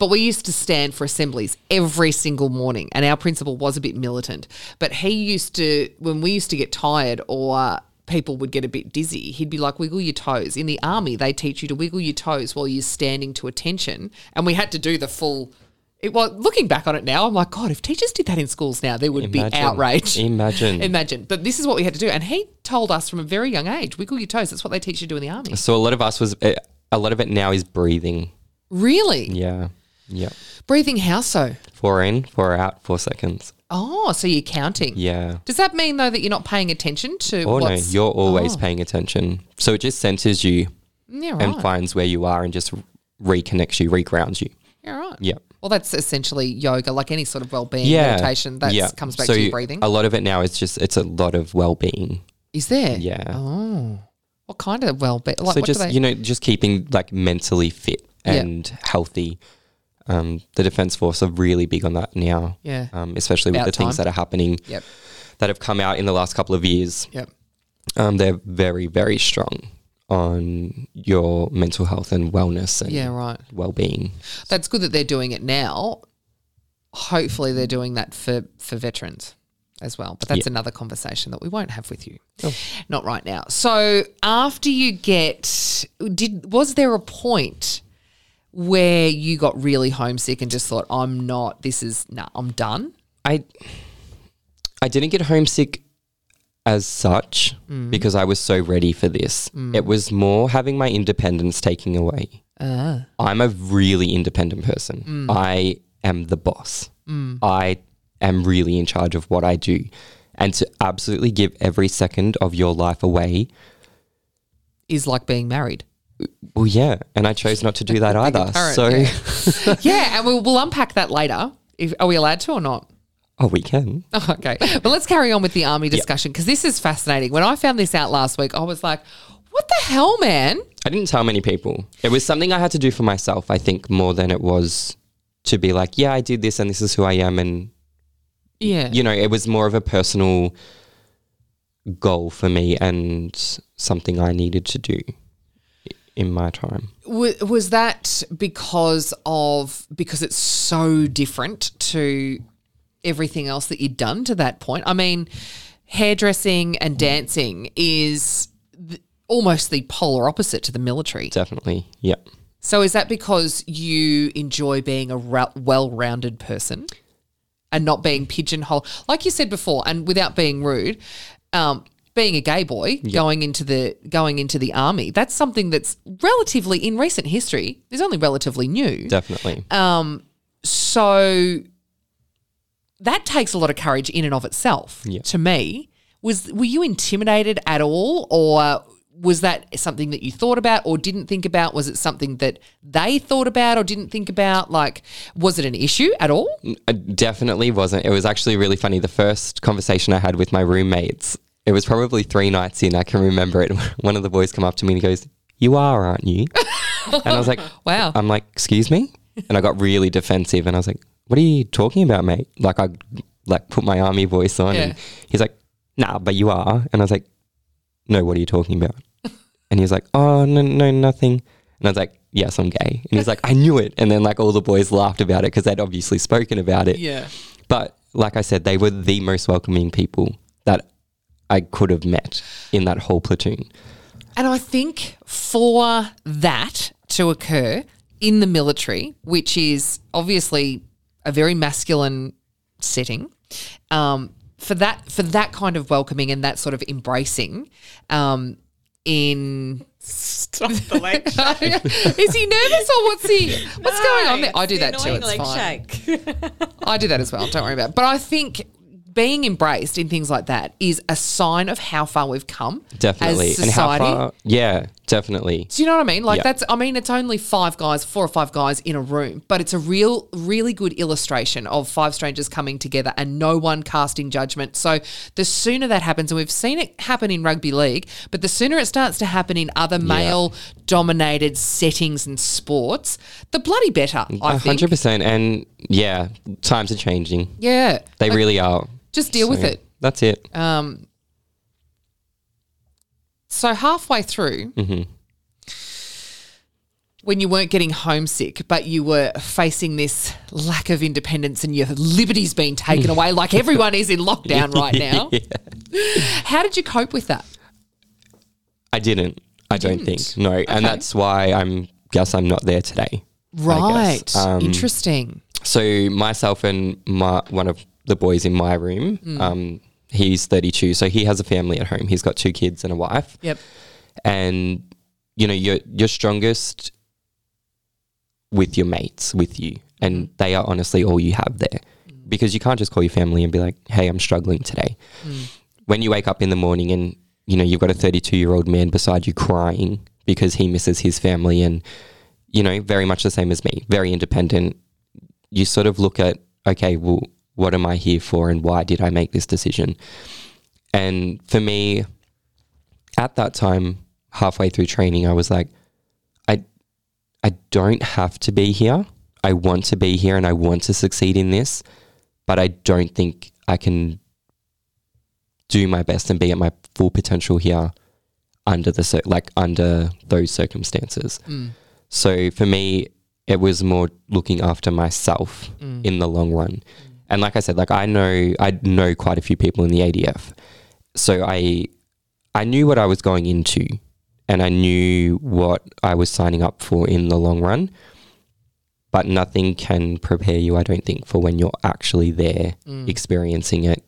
Speaker 3: but we used to stand for assemblies every single morning. And our principal was a bit militant, but he used to, when we used to get tired or people would get a bit dizzy. He'd be like, wiggle your toes. In the army, they teach you to wiggle your toes while you're standing to attention. And we had to do the full. It, well, looking back on it now, I'm like, God, if teachers did that in schools now, there would be
Speaker 4: Imagine.
Speaker 3: outrage.
Speaker 4: Imagine.
Speaker 3: Imagine. But this is what we had to do. And he told us from a very young age, wiggle your toes. That's what they teach you to do in the army.
Speaker 4: so a lot of us was uh, a lot of it now is breathing.
Speaker 3: Really?
Speaker 4: Yeah, yeah.
Speaker 3: Breathing how so?
Speaker 4: Four in, four out, four seconds.
Speaker 3: Oh, so you're counting.
Speaker 4: Yeah.
Speaker 3: Does that mean, though, that you're not paying attention to
Speaker 4: Oh no,
Speaker 3: what's...
Speaker 4: you're always paying attention. So it just centers you
Speaker 3: Yeah, right.
Speaker 4: and finds where you are and just reconnects you, regrounds you.
Speaker 3: Yeah, right.
Speaker 4: Yeah.
Speaker 3: Well, that's essentially yoga, like any sort of well-being
Speaker 4: Yeah.
Speaker 3: meditation. That
Speaker 4: yeah.
Speaker 3: comes back
Speaker 4: So
Speaker 3: to your breathing.
Speaker 4: A lot of it now is just it's a lot of well being.
Speaker 3: Is there?
Speaker 4: Yeah.
Speaker 3: Oh, what kind of well-being? Like,
Speaker 4: so
Speaker 3: what
Speaker 4: just
Speaker 3: do they?
Speaker 4: you know, just keeping like mentally fit
Speaker 3: Yeah.
Speaker 4: and healthy. Um, the defense force are really big on that now.
Speaker 3: Yeah.
Speaker 4: Um, especially
Speaker 3: About
Speaker 4: with the things
Speaker 3: time.
Speaker 4: that are happening
Speaker 3: yep.
Speaker 4: that have come out in the last couple of years.
Speaker 3: Yep.
Speaker 4: Um, they're very, very strong on your mental health and wellness and
Speaker 3: Yeah. Right.
Speaker 4: well being.
Speaker 3: That's good that they're doing it now. Hopefully, they're doing that for for veterans as well. But that's another conversation that we won't have with you. Not right now. So after you get, did was there a point? Where you got really homesick and just thought, I'm not, this is, nah, I'm done.
Speaker 4: I I didn't get homesick as such
Speaker 3: Mm.
Speaker 4: because I was so ready for this. It was more having my independence taken away.
Speaker 3: Uh-huh.
Speaker 4: I'm a really independent person.
Speaker 3: Mm.
Speaker 4: I am the boss. I am really in charge of what I do. And to absolutely give every second of your life away
Speaker 3: Is like being married.
Speaker 4: Well, yeah, and I chose not to do that either.
Speaker 3: current,
Speaker 4: So,
Speaker 3: yeah. yeah, and we'll, we'll unpack that later. If, are we allowed to or not?
Speaker 4: oh, we can.
Speaker 3: Oh, okay. But let's carry on with the army discussion because this is fascinating. When I found this out last week, I was like, what the hell, man?
Speaker 4: I didn't tell many people. It was something I had to do for myself, I think, more than it was to be like, yeah, I did this and this is who I am. And,
Speaker 3: Yeah.
Speaker 4: you know, it was more of a personal goal for me and something I needed to do i- in my time.
Speaker 3: W- was that because of because it's so different to everything else that you'd done to that point? I mean, hairdressing and dancing is th- almost the polar opposite to the military.
Speaker 4: Definitely. Yeah.
Speaker 3: So is that because you enjoy being a ra- well-rounded person and not being pigeonholed, like you said before, and without being rude, um, being a gay boy going into the going into the army? That's something that's relatively in recent history is only relatively new.
Speaker 4: Definitely.
Speaker 3: So that takes a lot of courage in and of itself. To me, was were you intimidated at all, or was that something that you thought about or didn't think about? Was it something that they thought about or didn't think about? Like, was it an issue at all?
Speaker 4: It definitely wasn't. It was actually really funny. The first conversation I had with my roommates, it was probably three nights in. I can remember it. One of the boys come up to me and he goes, "You are, aren't you?" and I was like,
Speaker 3: Wow.
Speaker 4: I'm like, "Excuse me," and I got really defensive. And I was like, "What are you talking about, mate?" Like I like put my army voice on, and
Speaker 3: Yeah.
Speaker 4: he's like, "Nah, but you are," and I was like, "No, what are you talking about?" And he's like, "Oh, no, no, nothing." And I was like, "Yes, I'm gay." And he's like, "I knew it." And then like all the boys laughed about it because they'd obviously spoken about it.
Speaker 3: Yeah.
Speaker 4: But like I said, they were the most welcoming people that I could have met in that whole platoon.
Speaker 3: And I think for that to occur in the military, which is obviously a very masculine setting, um, for that for that kind of welcoming and that sort of embracing, um, in
Speaker 5: Stop the leg
Speaker 3: is he nervous or what's he what's going on there? I do that too. It's fine.
Speaker 5: shake.
Speaker 3: I do that as well. Don't worry about it. But I think being embraced in things like that is a sign of how far we've come
Speaker 4: Definitely.
Speaker 3: as society.
Speaker 4: Yeah, definitely.
Speaker 3: Do you know what I mean? Like
Speaker 4: Yeah.
Speaker 3: that's I mean it's only five guys, four or five guys in a room, but it's a real really good illustration of five strangers coming together and no one casting judgment. So the sooner that happens and we've seen it happen in rugby league, but the sooner it starts to happen in other male dominated settings and sports, the bloody better, I
Speaker 4: A
Speaker 3: think.
Speaker 4: hundred percent. And yeah, times are changing.
Speaker 3: Yeah.
Speaker 4: They really are.
Speaker 3: Just deal with
Speaker 4: So,
Speaker 3: it.
Speaker 4: That's it.
Speaker 3: Um, so halfway through, when you weren't getting homesick, but you were facing this lack of independence and your liberty's been taken away, like everyone is in lockdown right now. How did you cope with that?
Speaker 4: I didn't. I don't think. No. And that's why I'm guess I'm not there today.
Speaker 3: Right, interesting.
Speaker 4: so myself and my one of the boys in my room
Speaker 3: Mm.
Speaker 4: um, he's 32 so he has a family at home he's got two kids and a wife
Speaker 3: Yep.
Speaker 4: and you know you're you're strongest with your mates with you and they are honestly all you have there because you can't just call your family and be like hey i'm struggling today when you wake up in the morning and you know you've got a 32 year old man beside you crying because he misses his family and you know very much the same as me very independent you sort of look at okay well what am i here for and why did i make this decision and for me at that time, halfway through training, I was like, I, I don't have to be here. I want to be here and I want to succeed in this, but I don't think I can do my best and be at my full potential here under the cir- like under those circumstances. So for me, it was more looking after myself in the long run. And like I said, like I know I know quite a few people in the ADF. So I I knew what I was going into and I knew what I was signing up for in the long run. But nothing can prepare you, I don't think, for when you're actually there
Speaker 3: Mm.
Speaker 4: experiencing it.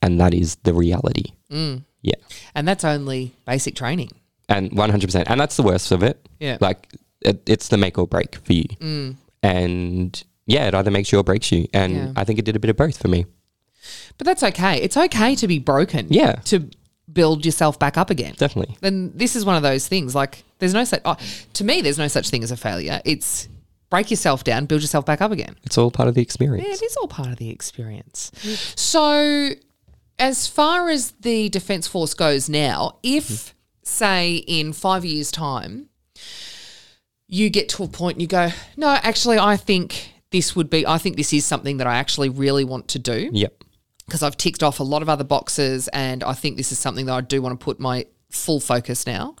Speaker 4: And that is the reality.
Speaker 3: Mm.
Speaker 4: Yeah.
Speaker 3: And that's only basic training.
Speaker 4: And 100%. And that's the worst of it.
Speaker 3: Yeah. Mm.
Speaker 4: Like it, it's the make or break for you. And yeah, it either makes you or breaks you. And
Speaker 3: Yeah.
Speaker 4: I think it did a bit of both for me.
Speaker 3: But that's okay. It's okay to be broken.
Speaker 4: Yeah.
Speaker 3: To build yourself back up again.
Speaker 4: Definitely.
Speaker 3: Then this is one of those things. Like there's no such. Oh, to me, there's no such thing as a failure. It's break yourself down, build yourself back up again.
Speaker 4: It's all part of the
Speaker 3: Yeah,
Speaker 4: experience.
Speaker 3: it is all part of the experience. So, as far as the Defence Force goes now,
Speaker 4: Mm-hmm.
Speaker 3: if, say, in five years' time, you get to a point and you go, no, actually, I think this would be, I think this is something that I actually really want to do
Speaker 4: Yep.
Speaker 3: because I've ticked off a lot of other boxes and I think this is something that I do want to put my full focus now.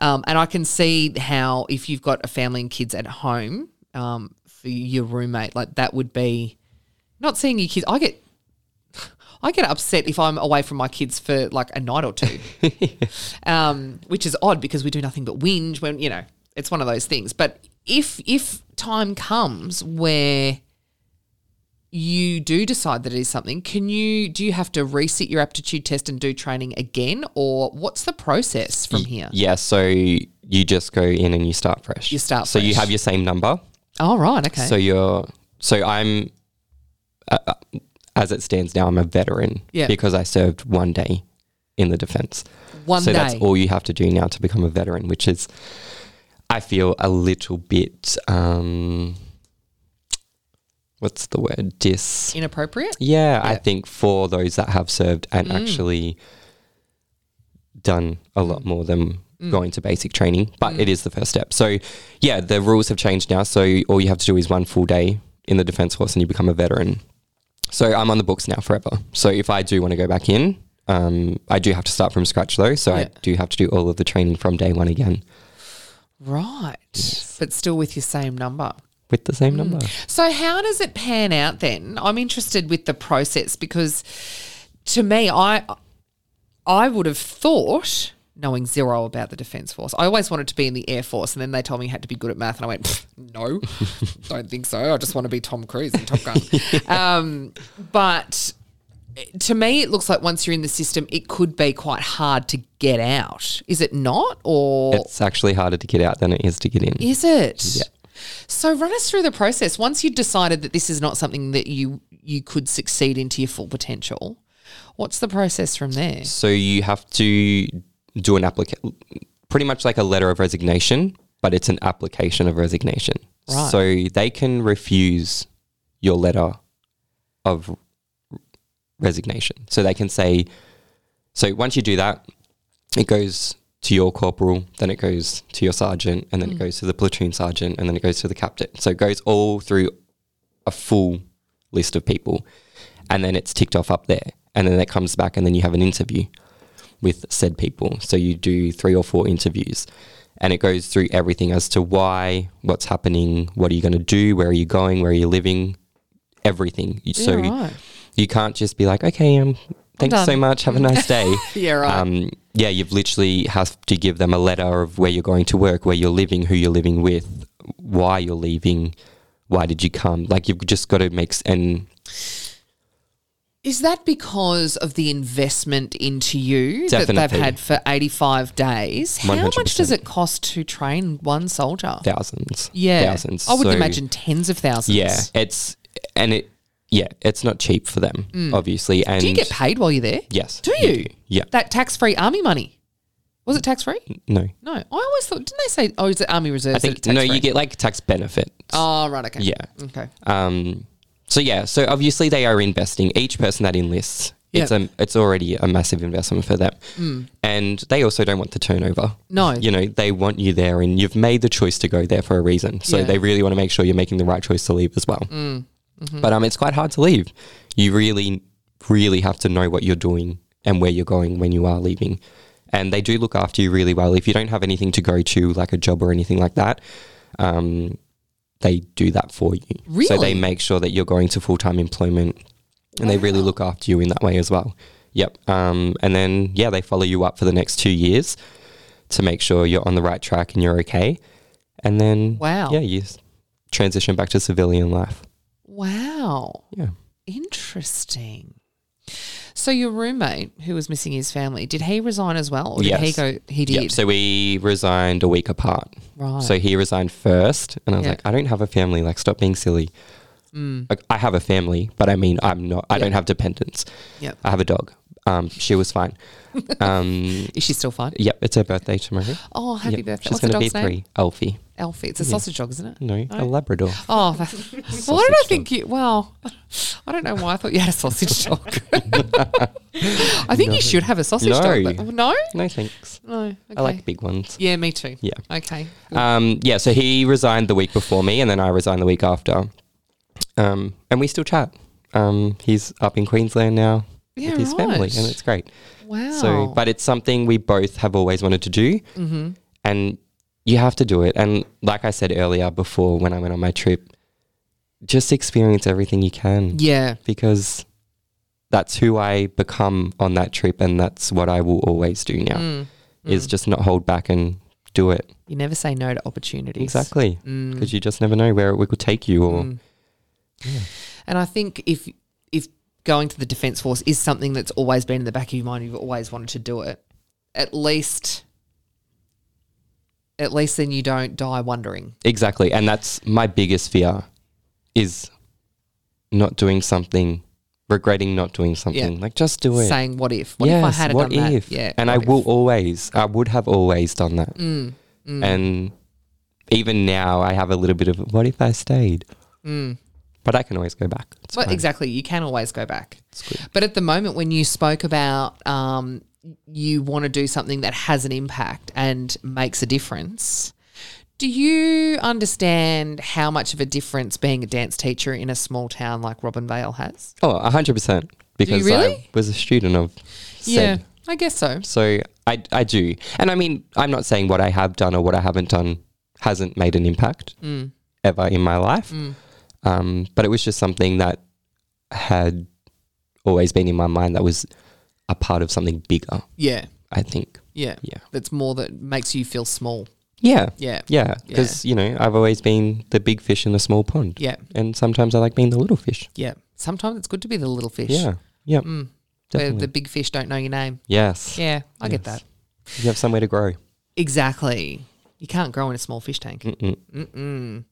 Speaker 3: Um, and I can see how if you've got a family and kids at home um, for your roommate, like that would be not seeing your kids. I get. I get upset if I'm away from my kids for like a night or two, um, which is odd because we do nothing but whinge when you know it's one of those things. But if if time comes where you do decide that it is something, can you do you have to resit your aptitude test and do training again, or what's the process from here?
Speaker 4: Yeah, so you just go in and you start fresh.
Speaker 3: You start
Speaker 4: So you
Speaker 3: fresh.
Speaker 4: have your same number.
Speaker 3: All right, okay.
Speaker 4: So you're so I'm uh, uh, as it stands now I'm a veteran
Speaker 3: Yeah.
Speaker 4: because I served one day in the defense.
Speaker 3: One
Speaker 4: so
Speaker 3: day.
Speaker 4: that's all you have to do now to become a veteran, which is I feel a little bit um what's the word? Dis
Speaker 3: Inappropriate.
Speaker 4: yeah, I think for those that have served and
Speaker 3: Mm.
Speaker 4: actually done a lot more than
Speaker 3: Mm.
Speaker 4: going to basic training, but it is the first step. So, yeah, the rules have changed now. So, all you have to do is one full day in the Defence Force and you become a veteran. So, I'm on the books now forever. So, if I do want to go back in, um, I do have to start from scratch though. So, I
Speaker 3: Yeah.
Speaker 4: do have to do all of the training from day one again
Speaker 3: Right. But still with your same number.
Speaker 4: with the
Speaker 3: Mm.
Speaker 4: same number.
Speaker 3: So how does it pan out then? I'm interested with the process because to me I I would have thought knowing zero about the defense force. I always wanted to be in the air force and then they told me you had to be good at math and I went "Pfft, no. don't think so. I just want to be Tom Cruise in Top Gun. um, but to me it looks like once you're in the system it could be quite hard to get out. Is it not or
Speaker 4: It's actually harder to get out than it is to get in.
Speaker 3: is it? So run us through the process. Once you've decided that this is not something that you you could succeed into your full potential, what's the process from there?
Speaker 4: So you have to do an application, pretty much like a letter of resignation, but it's an application of resignation.
Speaker 3: Right.
Speaker 4: So they can refuse your letter of resignation. So they can say, so once you do that, it goes to your corporal, then it goes to your sergeant, and then
Speaker 3: Hmm.
Speaker 4: it goes to the platoon sergeant, and then it goes to the captain. So it goes all through a full list of people, and then it's ticked off up there, and then it comes back, and then you have an interview with said people. So you do three or four interviews, and it goes through everything as to why, what's happening, what are you going to do, where are you going, where are you living, everything. You- So
Speaker 3: right.
Speaker 4: you can't just be like, okay, um, thanks so
Speaker 3: done."
Speaker 4: much, have a nice day.
Speaker 3: Yeah, right.
Speaker 4: Um, yeah, you've literally have to give them a letter of where you're going to work, where you're living, who you're living with, why you're leaving, why did you come. Like you've just got to make s- and
Speaker 3: Is that because of the investment into you that
Speaker 4: Definitely.
Speaker 3: they've had for 85 days? How much
Speaker 4: 100%.
Speaker 3: does it cost to train one soldier?
Speaker 4: thousands,
Speaker 3: yeah.
Speaker 4: thousands.
Speaker 3: I would
Speaker 4: So-
Speaker 3: imagine tens of thousands.
Speaker 4: Yeah, it's and it, yeah, it's not cheap for them, obviously. And
Speaker 3: Mm. Do you get paid while you're there?
Speaker 4: Yes,
Speaker 3: Do
Speaker 4: you
Speaker 3: you?
Speaker 4: do. Yeah.
Speaker 3: That tax free army money. Was it tax free?
Speaker 4: no?
Speaker 3: No. I always thought, didn't they say, oh, is it army reserves?
Speaker 4: I think
Speaker 3: that are
Speaker 4: no, you
Speaker 3: tax-free?
Speaker 4: get like tax benefits.
Speaker 3: Oh, right. Okay.
Speaker 4: Yeah.
Speaker 3: Okay.
Speaker 4: Um, so yeah, so obviously they are investing. Each person that enlists, it's
Speaker 3: Yeah. Mm.
Speaker 4: a, it's already a massive investment for them, and they also don't want the turnover.
Speaker 3: No.
Speaker 4: you know they want you there, and you've made the choice to go there for a reason. So
Speaker 3: Yeah. Mm.
Speaker 4: they really want to make sure you're making the right choice to leave as well.
Speaker 3: Mm-hmm.
Speaker 4: But um, it's quite hard to leave. You really, really have to know what you're doing and where you're going when you are leaving. And they do look after you really well. If you don't have anything to go to, like a job or anything like that, um, they do that for you. So
Speaker 3: Really?
Speaker 4: they make sure that you're going to full time employment and they really look after you in that way as well. Yep. Um, and then, yeah, they follow you up for the next two years to make sure you're on the right track and you're okay. And then,
Speaker 3: Wow.
Speaker 4: Yeah, you s- transition back to civilian life.
Speaker 3: Wow.
Speaker 4: Yeah.
Speaker 3: Interesting. So your roommate who was missing his family, did he resign as well? Or did he
Speaker 4: Yes.
Speaker 3: go he did.
Speaker 4: Yep. So we resigned a week apart.
Speaker 3: right.
Speaker 4: So he resigned first, and I was
Speaker 3: Oh. Yeah. Mm.
Speaker 4: like, I don't have a family. Like, stop being silly. Like, I have a family, but I mean, I'm not. I don't have dependents.
Speaker 3: Yep.
Speaker 4: I have a dog. Um, she was fine. Um,
Speaker 3: Is she still fine?
Speaker 4: yep, it's her birthday tomorrow.
Speaker 3: Oh, happy
Speaker 4: Yep,
Speaker 3: birthday.
Speaker 4: She's
Speaker 3: What's the
Speaker 4: going to be
Speaker 3: dog's name?
Speaker 4: three. Elfie.
Speaker 3: Elfie. It's a sausage dog, isn't it?
Speaker 4: No, a Labrador.
Speaker 3: Oh, that, well, why did I think you? Well, I don't know why I thought you had a sausage dog. I think you should have a sausage
Speaker 4: No.
Speaker 3: dog. But, no,
Speaker 4: No thanks.
Speaker 3: no. Okay.
Speaker 4: I like big ones.
Speaker 3: Yeah, me too.
Speaker 4: Yeah.
Speaker 3: Okay.
Speaker 4: Um, yeah, so he resigned the week before me, and then I resigned the week after. Um, and we still chat. Um, he's up in Queensland now
Speaker 3: Yeah,
Speaker 4: with his family,
Speaker 3: right.
Speaker 4: and it's great.
Speaker 3: Wow.
Speaker 4: So, but it's something we both have always wanted to do, mm-hmm. and you have to do it. And like I said earlier, before when I went on my trip, just experience everything you can
Speaker 3: yeah,
Speaker 4: because that's who I become on that trip, and that's what I will always do now. Is just not hold back and do it.
Speaker 3: you never say no to opportunities.
Speaker 4: Exactly. Because you just never know where it could take you or
Speaker 3: And I think if if going to the defence force is something that's always been in the back of your mind, you've always wanted to do it. At least, at least then you don't die wondering.
Speaker 4: exactly. And that's my biggest fear is not doing something, regretting not doing something. Like just do it.
Speaker 3: Saying, "What if? What if I had
Speaker 4: what
Speaker 3: done
Speaker 4: if?
Speaker 3: that?" Yeah,
Speaker 4: and I
Speaker 3: what if? Mm,
Speaker 4: will always, I would have always done that. And even now, I have a little bit of what if I stayed? But I can always go back. It's
Speaker 3: Mm. Well,
Speaker 4: fine.
Speaker 3: exactly. You can always go back. But at the moment, when you spoke about um, you want to do something that has an impact and makes a difference, do you understand how much of a difference being a dance teacher in a small town like Robin Vale has?
Speaker 4: Oh, 100%. Because I
Speaker 3: really?
Speaker 4: was a student of said
Speaker 3: I guess so.
Speaker 4: So I, I do. And I mean, I'm not saying what I have done or what I haven't done hasn't made an impact
Speaker 3: Mm.
Speaker 4: ever in my life. Um, but it was just something that had always been in my mind that was a part of something bigger,
Speaker 3: Yeah,
Speaker 4: I think.
Speaker 3: yeah,
Speaker 4: Yeah.
Speaker 3: That's more that makes you feel small.
Speaker 4: Yeah.
Speaker 3: Yeah.
Speaker 4: Yeah. Because, you know, I've always been the big fish in the small pond.
Speaker 3: Yeah.
Speaker 4: And sometimes I like being the little fish.
Speaker 3: Yeah. Sometimes it's good to be the little fish.
Speaker 4: Yeah. Yeah.
Speaker 3: Where
Speaker 4: definitely.
Speaker 3: the big fish don't know your name.
Speaker 4: Yes.
Speaker 3: Yeah, I get that.
Speaker 4: You have somewhere to grow.
Speaker 3: Exactly. You can't grow in a small fish tank. Mm-mm.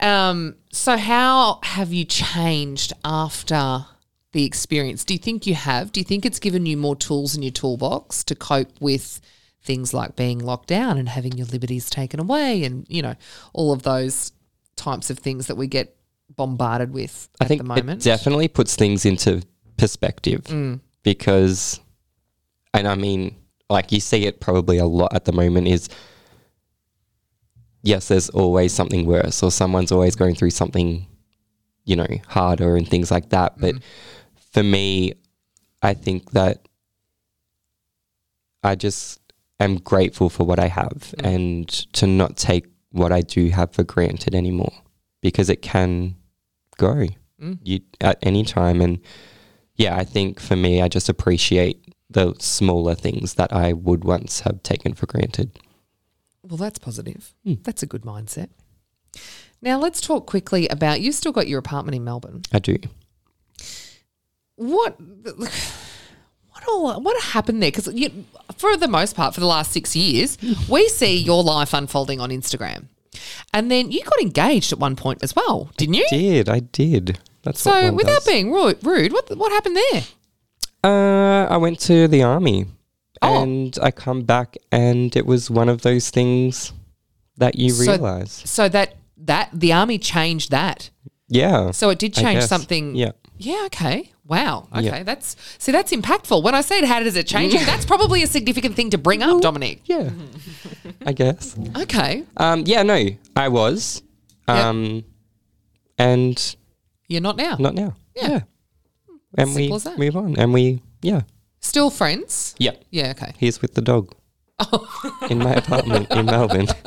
Speaker 3: Um, so, how have you changed after the experience? Do you think you have? Do you think it's given you more tools in your toolbox to cope with things like being locked down and having your liberties taken away and, you know, all of those types of things that we get bombarded with
Speaker 4: I
Speaker 3: at
Speaker 4: think
Speaker 3: the moment? Mm.
Speaker 4: it definitely puts things into perspective because, and I mean, like you see it probably a lot at the moment is yes, there's always something worse or someone's always going through something, you know, harder and things like
Speaker 3: Mm-hmm.
Speaker 4: that. But for me, I think that I just am grateful for what I have
Speaker 3: Mm.
Speaker 4: and to not take what I do have for granted anymore because it can go you at any time and yeah i think for me i just appreciate the smaller things that i would once have taken for granted
Speaker 3: Well, that's positive.
Speaker 4: Hmm.
Speaker 3: That's a good mindset. Now, let's talk quickly about you've still got your apartment in Melbourne.
Speaker 4: i do
Speaker 3: what what all what happened there because for the most part for the last six years we see your life unfolding on instagram and then you got engaged at one point as well didn't you
Speaker 4: did i did that's what
Speaker 3: so
Speaker 4: one
Speaker 3: without
Speaker 4: does.
Speaker 3: being rude, rude what what happened there
Speaker 4: uh i went to the army
Speaker 3: Oh.
Speaker 4: and i come back and it was one of those things that you
Speaker 3: So-
Speaker 4: realize
Speaker 3: so that that the army changed that
Speaker 4: yeah
Speaker 3: so it did
Speaker 4: I
Speaker 3: change
Speaker 4: guess.
Speaker 3: something
Speaker 4: yeah
Speaker 3: yeah okay wow okay
Speaker 4: Yeah.
Speaker 3: that's see that's impactful when i said how does it change you, that's probably a significant thing to bring up dominic
Speaker 4: yeah i guess
Speaker 3: okay
Speaker 4: um yeah no i was
Speaker 3: Yeah.
Speaker 4: um and
Speaker 3: you're not now
Speaker 4: not now
Speaker 3: Yeah.
Speaker 4: and
Speaker 3: Simple
Speaker 4: we
Speaker 3: as that.
Speaker 4: move on and we yeah
Speaker 3: still friends
Speaker 4: yeah
Speaker 3: yeah Oh. okay
Speaker 4: he's with the dog in my apartment in melbourne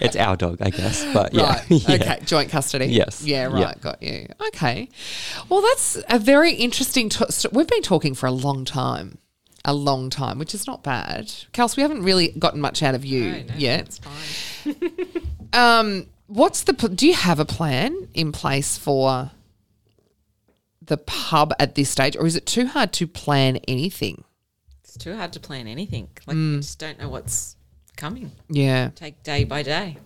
Speaker 4: it's our dog i guess but yeah,
Speaker 3: Right.
Speaker 4: yeah.
Speaker 3: Okay. Joint custody.
Speaker 4: Yes.
Speaker 3: Yeah.
Speaker 4: Yeah.
Speaker 3: Right. Got you. Okay. Well, that's a very interesting. To- st- we've been talking for a long time, a long time, which is not bad. Kels, we haven't really gotten much out of you yet. um, what's the? Pl- do you have a plan in place for the pub at this stage, or is it too hard to plan anything?
Speaker 5: It's too hard to plan anything. Like you just don't know what's coming.
Speaker 3: Yeah.
Speaker 5: Take day by day.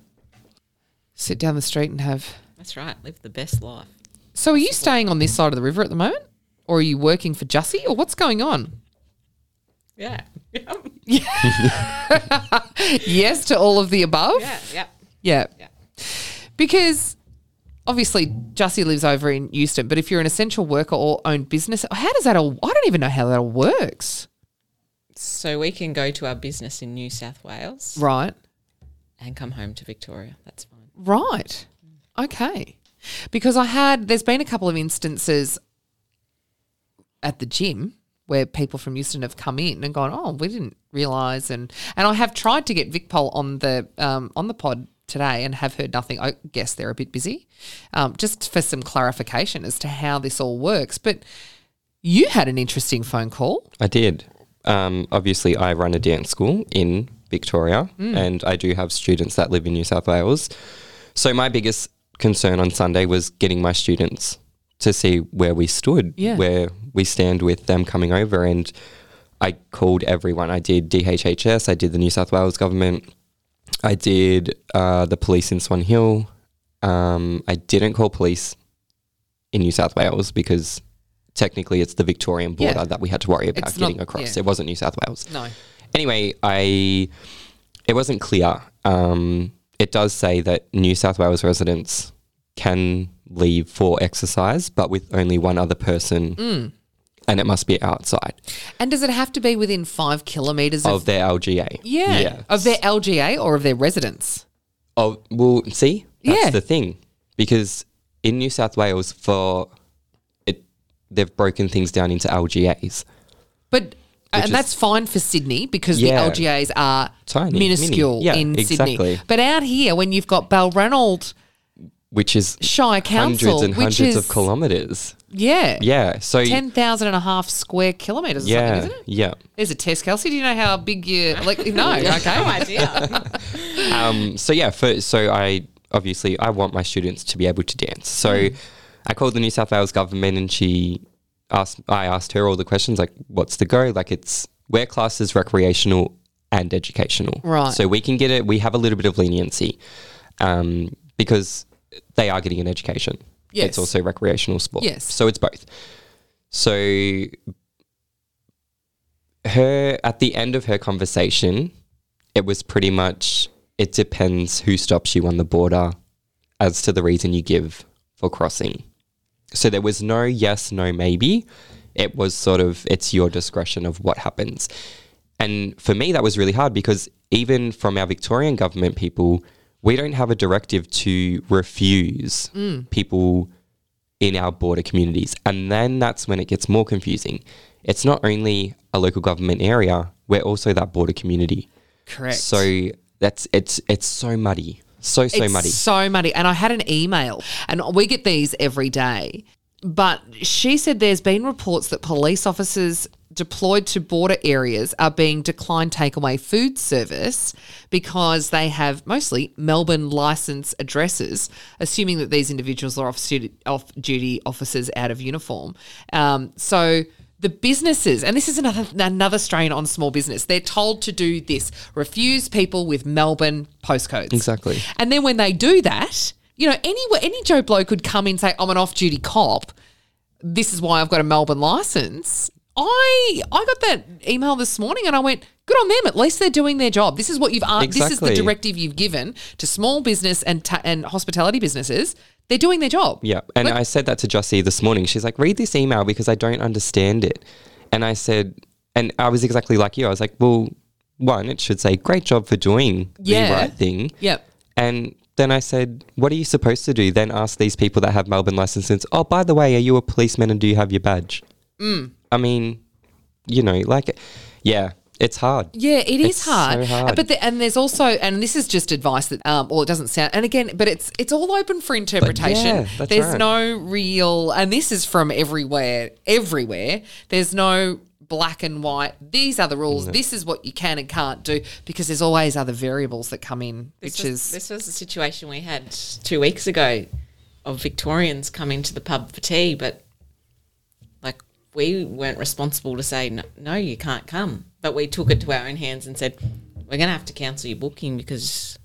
Speaker 3: Sit down the street and have.
Speaker 5: That's right. Live the best life.
Speaker 3: So, are you staying on this side of the river at the moment, or are you working for Jussie, or what's going on?
Speaker 5: Yeah. Yep.
Speaker 3: yes to all of the above.
Speaker 5: Yeah. Yep.
Speaker 3: Yeah.
Speaker 5: Yeah.
Speaker 3: Because obviously Jussie lives over in Euston, but if you're an essential worker or own business, how does that all I don't even know how that all works.
Speaker 5: So we can go to our business in New South Wales
Speaker 3: Right.
Speaker 5: and come home to Victoria. That's fine.
Speaker 3: Right. Okay. Because I had there's been a couple of instances at the gym where people from Houston have come in and gone, oh, we didn't realise, and and I have tried to get Vic Pol on the um, on the pod today and have heard nothing. I guess they're a bit busy, um, just for some clarification as to how this all works. But you had an interesting phone call.
Speaker 4: I did. Um, obviously, I run a dance school in Victoria,
Speaker 3: Mm.
Speaker 4: and I do have students that live in New South Wales. So my biggest concern on Sunday was getting my students to see where we stood,
Speaker 3: Yeah.
Speaker 4: where we stand with them coming over. And I called everyone. I did DHHS. I did the New South Wales government. I did uh, the police in Swan Hill. Um, I didn't call police in New South Wales because technically it's the Victorian border
Speaker 3: Yeah.
Speaker 4: that we had to worry about
Speaker 3: It's not-
Speaker 4: uh, getting across.
Speaker 3: yeah.
Speaker 4: It wasn't New South Wales.
Speaker 3: No.
Speaker 4: Anyway, I it wasn't clear. Um, it does say that New South Wales residents can leave for exercise, but with only one other person,
Speaker 3: Mm.
Speaker 4: and it must be outside
Speaker 3: And does it have to be within five kilometres of,
Speaker 4: of their LGA.
Speaker 3: yeah,
Speaker 4: yeah.
Speaker 3: of their LGA or of their residence?
Speaker 4: Oh, well, see, that's
Speaker 3: Yeah.
Speaker 4: the thing, because in New South Wales, for it, they've broken things down into LGAs.
Speaker 3: But uh, and
Speaker 4: is-
Speaker 3: that's fine for Sydney because
Speaker 4: Yeah.
Speaker 3: the LGAs are
Speaker 4: Tiny,
Speaker 3: minuscule
Speaker 4: mini. Yeah,
Speaker 3: in Sydney.
Speaker 4: exactly.
Speaker 3: But out here, when you've got Balranald
Speaker 4: which is
Speaker 3: Shire Council,
Speaker 4: hundreds and
Speaker 3: which
Speaker 4: hundreds
Speaker 3: is
Speaker 4: of kilometers.
Speaker 3: yeah,
Speaker 4: Yeah. So
Speaker 3: ten thousand and a half square kilometres. Or
Speaker 4: yeah,
Speaker 3: something, isn't it?
Speaker 4: yeah.
Speaker 3: There's a test, Kelsey. Do you know how big you like?
Speaker 5: No
Speaker 3: No, okay.
Speaker 5: idea.
Speaker 4: Um, so yeah, for, so I obviously I want my students to be able to dance. So
Speaker 3: Hmm.
Speaker 4: I called the New South Wales government and she asked I asked her all the questions like what's the go? Like it's where class is recreational and educational.
Speaker 3: Right.
Speaker 4: So we can get it we have a little bit of leniency. Um, because they are getting an education.
Speaker 3: Yes.
Speaker 4: It's also recreational sport.
Speaker 3: Yes.
Speaker 4: So it's both. So her at the end of her conversation, it was pretty much it depends who stops you on the border as to the reason you give for crossing. So there was no yes, no maybe. It was sort of it's your discretion of what happens. And for me that was really hard because even from our Victorian government people, we don't have a directive to refuse
Speaker 3: Mm.
Speaker 4: people in our border communities. And then that's when it gets more confusing. It's not only a local government area, we're also that border community.
Speaker 3: Correct.
Speaker 4: So that's it's it's so muddy. So so
Speaker 3: it's
Speaker 4: muddy.
Speaker 3: So muddy. And I had an email, and we get these every day. But she said there's been reports that police officers deployed to border areas are being declined takeaway food service because they have mostly Melbourne license addresses, assuming that these individuals are off duty, off duty officers out of uniform. Um, so the businesses, and this is another another strain on small business. They're told to do this: refuse people with Melbourne postcodes.
Speaker 4: Exactly.
Speaker 3: And then when they do that, you know, any any Joe Blow could come in and say, "I'm an off-duty cop. This is why I've got a Melbourne license." I I got that email this morning and I went, "Good on them. At least they're doing their job. This is what you've uh, this is the
Speaker 4: Exactly.
Speaker 3: directive you've given to small business and ta- and hospitality businesses. They're doing their job."
Speaker 4: Yeah. And I said that to Jussie this morning. She's like, read this email because I don't understand it. And I said, and I was exactly like you. I was like, well, one, it should say, great job for doing
Speaker 3: Yeah.
Speaker 4: the right thing.
Speaker 3: Yep.
Speaker 4: And then I said, what are you supposed to do? Then ask these people that have Melbourne licenses, oh, by the way, are you a policeman and do you have your badge?
Speaker 3: Mm.
Speaker 4: I mean, you know, like, yeah, it's hard.
Speaker 3: Yeah, it is
Speaker 4: It's so
Speaker 3: hard.
Speaker 4: hard.
Speaker 3: But the, and there's also, and this is just advice that, um, or it doesn't sound. And again, but it's it's all open for interpretation.
Speaker 4: yeah, that's
Speaker 3: there's
Speaker 4: right.
Speaker 3: no real, and this is from everywhere. Everywhere, there's no black and white. These are the rules. This is what you can and can't do because there's always other variables that come in,
Speaker 5: This
Speaker 3: which
Speaker 5: was,
Speaker 3: is
Speaker 5: this was a situation we had two weeks ago of Victorians coming to the pub for tea, but like we weren't responsible to say no, no you can't come. But we took it to our own hands and said we're going to have to cancel your booking because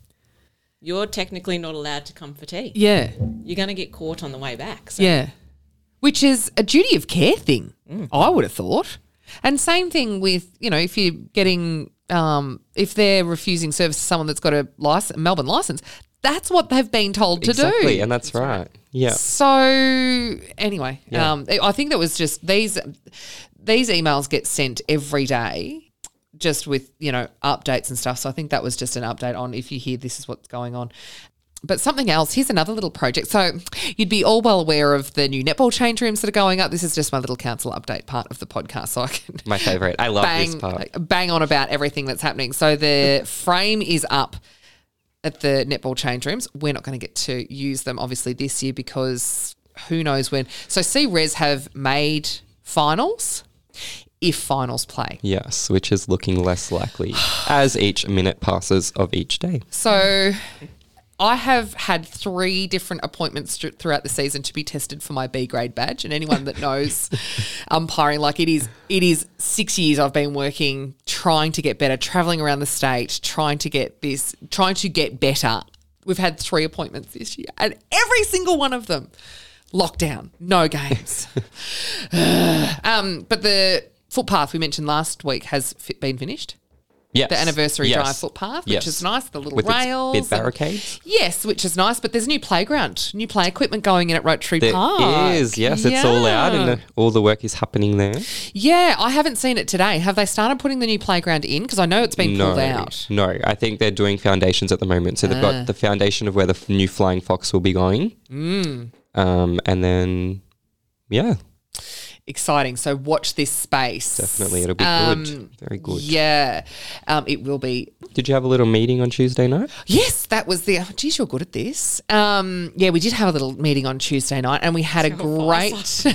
Speaker 5: you're technically not allowed to come for tea.
Speaker 3: yeah,
Speaker 5: You're going to get caught on the way back. So
Speaker 4: Mm.
Speaker 3: yeah, which is a duty of care thing. I would have thought. And same thing with, you know, if you're getting, um, if they're refusing service to someone that's got a license, Melbourne license, that's what they've been told to
Speaker 4: exactly,
Speaker 3: do.
Speaker 4: and that's, right. Yeah.
Speaker 3: So anyway,
Speaker 4: Yeah.
Speaker 3: um, I think that was just these these emails get sent every day, just with you know updates and stuff. So I think that was just an update on if you hear this is what's going on. But something else. Here's another little project. So you'd be all well aware of the new netball change rooms that are going up. This is just my little council update part of the podcast, so I can
Speaker 4: My favorite. I love
Speaker 3: bang
Speaker 4: this part.
Speaker 3: bang on about everything that's happening. So the frame is up at the netball change rooms. We're not going to get to use them obviously this year because who knows when. So C Res have made finals if finals play.
Speaker 4: Yes, which is looking less likely as each minute passes of each day.
Speaker 3: So I have had three different appointments thr- throughout the season to be tested for my B grade badge. And anyone that knows umpiring, like it is, it is six years I've been working, trying to get better, traveling around the state, trying to get this, trying to get better. We've had three appointments this year, and every single one of them lockdown, no games. um, but the footpath we mentioned last week has fi- been finished
Speaker 4: Yes.
Speaker 3: the anniversary
Speaker 4: yes.
Speaker 3: drive footpath, which
Speaker 4: Yes.
Speaker 3: is nice. The little
Speaker 4: With its
Speaker 3: rails,
Speaker 4: big
Speaker 3: and-
Speaker 4: barricades.
Speaker 3: yes, which is nice. But there's a new playground, new play equipment going in at Rotary
Speaker 4: There
Speaker 3: Park.
Speaker 4: is, yes, it's all out and
Speaker 3: Yeah.
Speaker 4: uh, all the work is happening there.
Speaker 3: yeah, I haven't seen it today. Have they started putting the new playground in? Because I know it's been
Speaker 4: no,
Speaker 3: pulled out. Ah.
Speaker 4: no, I think they're doing foundations at the moment. So they've got the foundation of where the f- new Flying Fox will be going.
Speaker 3: Mm.
Speaker 4: Um, and then, yeah,
Speaker 3: Exciting. So watch this space.
Speaker 4: definitely it'll be good.
Speaker 3: Um,
Speaker 4: Very good.
Speaker 3: Yeah, um, it will be.
Speaker 4: Did you have a little meeting on Tuesday night?
Speaker 3: Yes, that was the. Oh, geez, you're good at this. Um, yeah, we did have a little meeting on Tuesday night, and we had a great.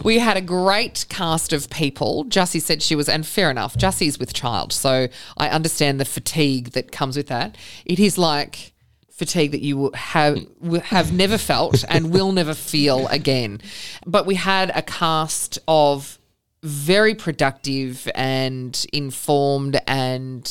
Speaker 3: we had a great cast of people. Jussie said she was, and fair enough, Jussie's with child. So I understand the fatigue that comes with that. It is like fatigue that you will have will have never felt and will never feel again. But we had a cast of very productive and informed and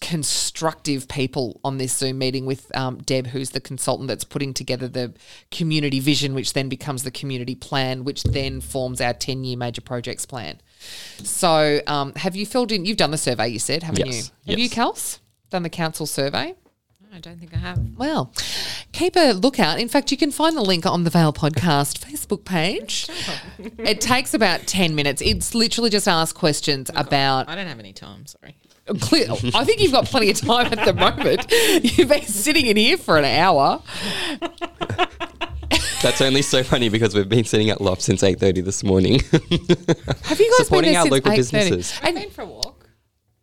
Speaker 3: constructive people on this Zoom meeting with um, Deb, who's the consultant that's putting together the community vision, which then becomes the community plan, which then forms our 10 year major projects plan. So, um, have you filled in? You've done the survey, you said, haven't
Speaker 4: Yes,
Speaker 3: you? Have
Speaker 4: yes.
Speaker 3: you, Kels, done the council survey?
Speaker 5: I don't think I have.
Speaker 3: Well, keep a lookout. In fact, you can find the link on the Vale Podcast Facebook page. It takes about 10 minutes. It's literally just ask questions about
Speaker 5: I don't have any time. Sorry.
Speaker 3: Clear, I think you've got plenty of time at the moment. You've been sitting in here for an hour.
Speaker 4: That's only so funny because we've been sitting at loft since 8.30 this morning.
Speaker 3: Have you guys
Speaker 4: Supporting
Speaker 3: been there
Speaker 4: our
Speaker 3: since
Speaker 4: local
Speaker 3: 8:30?
Speaker 4: businesses.
Speaker 5: I've
Speaker 3: And
Speaker 5: been for a walk.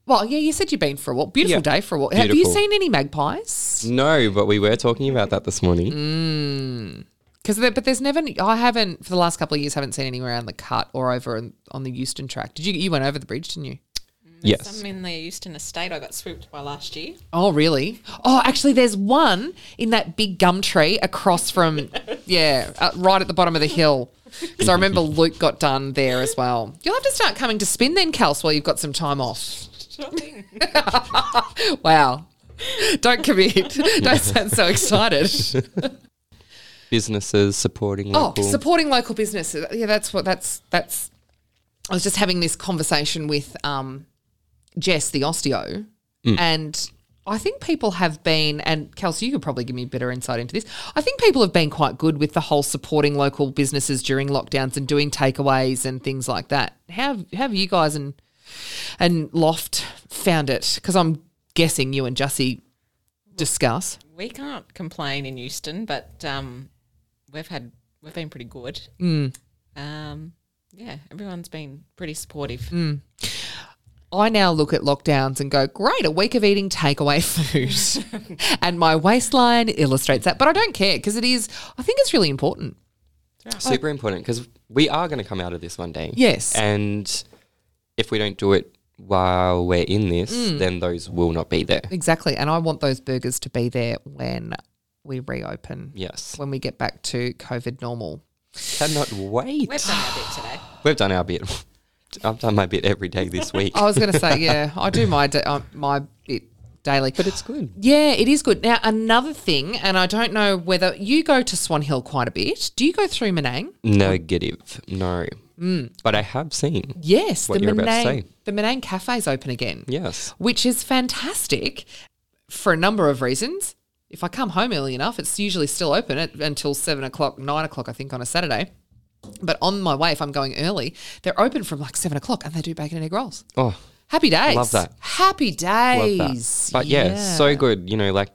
Speaker 3: well, yeah, you said you've been for a walk. Beautiful
Speaker 4: Yeah.
Speaker 3: day for a walk. Have you
Speaker 4: Beautiful.
Speaker 3: seen any magpies?
Speaker 4: no, but we were talking about that this morning.
Speaker 3: Because but there's never. I haven't for the last couple of years. Haven't seen any around the cut or over on, on the Euston track. Did you? You went over the bridge, didn't you?
Speaker 4: Yes.
Speaker 5: Some in the Euston Estate I got swooped by last year.
Speaker 3: Oh, really? Oh, actually, there's one in that big gum tree across from, yeah, uh, right at the bottom of the hill. Because I remember Luke got done there as well. You'll have to start coming to spin then, Kels, while you've got some time off. Wow. Don't commit. Don't sound so excited.
Speaker 4: Businesses supporting
Speaker 3: Oh,
Speaker 4: local.
Speaker 3: supporting local businesses. Yeah, that's what that's that's. I was just having this conversation with um, Jess, the osteo, and I think people have been, and Kelsey, you could probably give me better insight into this. I think people have been quite good with the whole supporting local businesses during lockdowns and doing takeaways and things like that. How, how have you guys and and Loft found it? Because I'm guessing you and Jussie discuss.
Speaker 5: We can't complain in Euston, but um, we've had we've been pretty good.
Speaker 3: Mm.
Speaker 5: Um, yeah, everyone's been pretty supportive.
Speaker 3: Mm. I now look at lockdowns and go, great, a week of eating takeaway food. and my waistline illustrates that. But I don't care because it is, I think it's really important.
Speaker 4: Super important because we are going to come out of this one day.
Speaker 3: Yes.
Speaker 4: And if we don't do it while we're in this, then those will not be there.
Speaker 3: Exactly. And I want those burgers to be there when we reopen,
Speaker 4: Yes.
Speaker 3: when we get back to COVID normal.
Speaker 4: Cannot wait.
Speaker 5: We've done our bit today.
Speaker 4: We've done our bit. I've done my bit every day this week.
Speaker 3: I was going to say, yeah, I do my, da- uh, my bit daily.
Speaker 4: But it's good.
Speaker 3: yeah, it is good. Now, another thing, and I don't know whether you go to Swan Hill quite a bit. Do you go through Menang?
Speaker 4: Negative. No. But I have seen.
Speaker 3: Yes,
Speaker 4: What
Speaker 3: the
Speaker 4: you were about to
Speaker 3: Menang,
Speaker 4: say.
Speaker 3: the Menang Cafe's open again.
Speaker 4: Yes.
Speaker 3: which is fantastic for a number of reasons. If I come home early enough, it's usually still open at, until seven o'clock, nine o'clock, I think, on a Saturday. But on my way, if I'm going early, they're open from like seven o'clock and they do bacon and egg rolls.
Speaker 4: Oh,
Speaker 3: Happy days.
Speaker 4: Love that.
Speaker 3: Happy days.
Speaker 4: love that. But yeah, so good. You know, like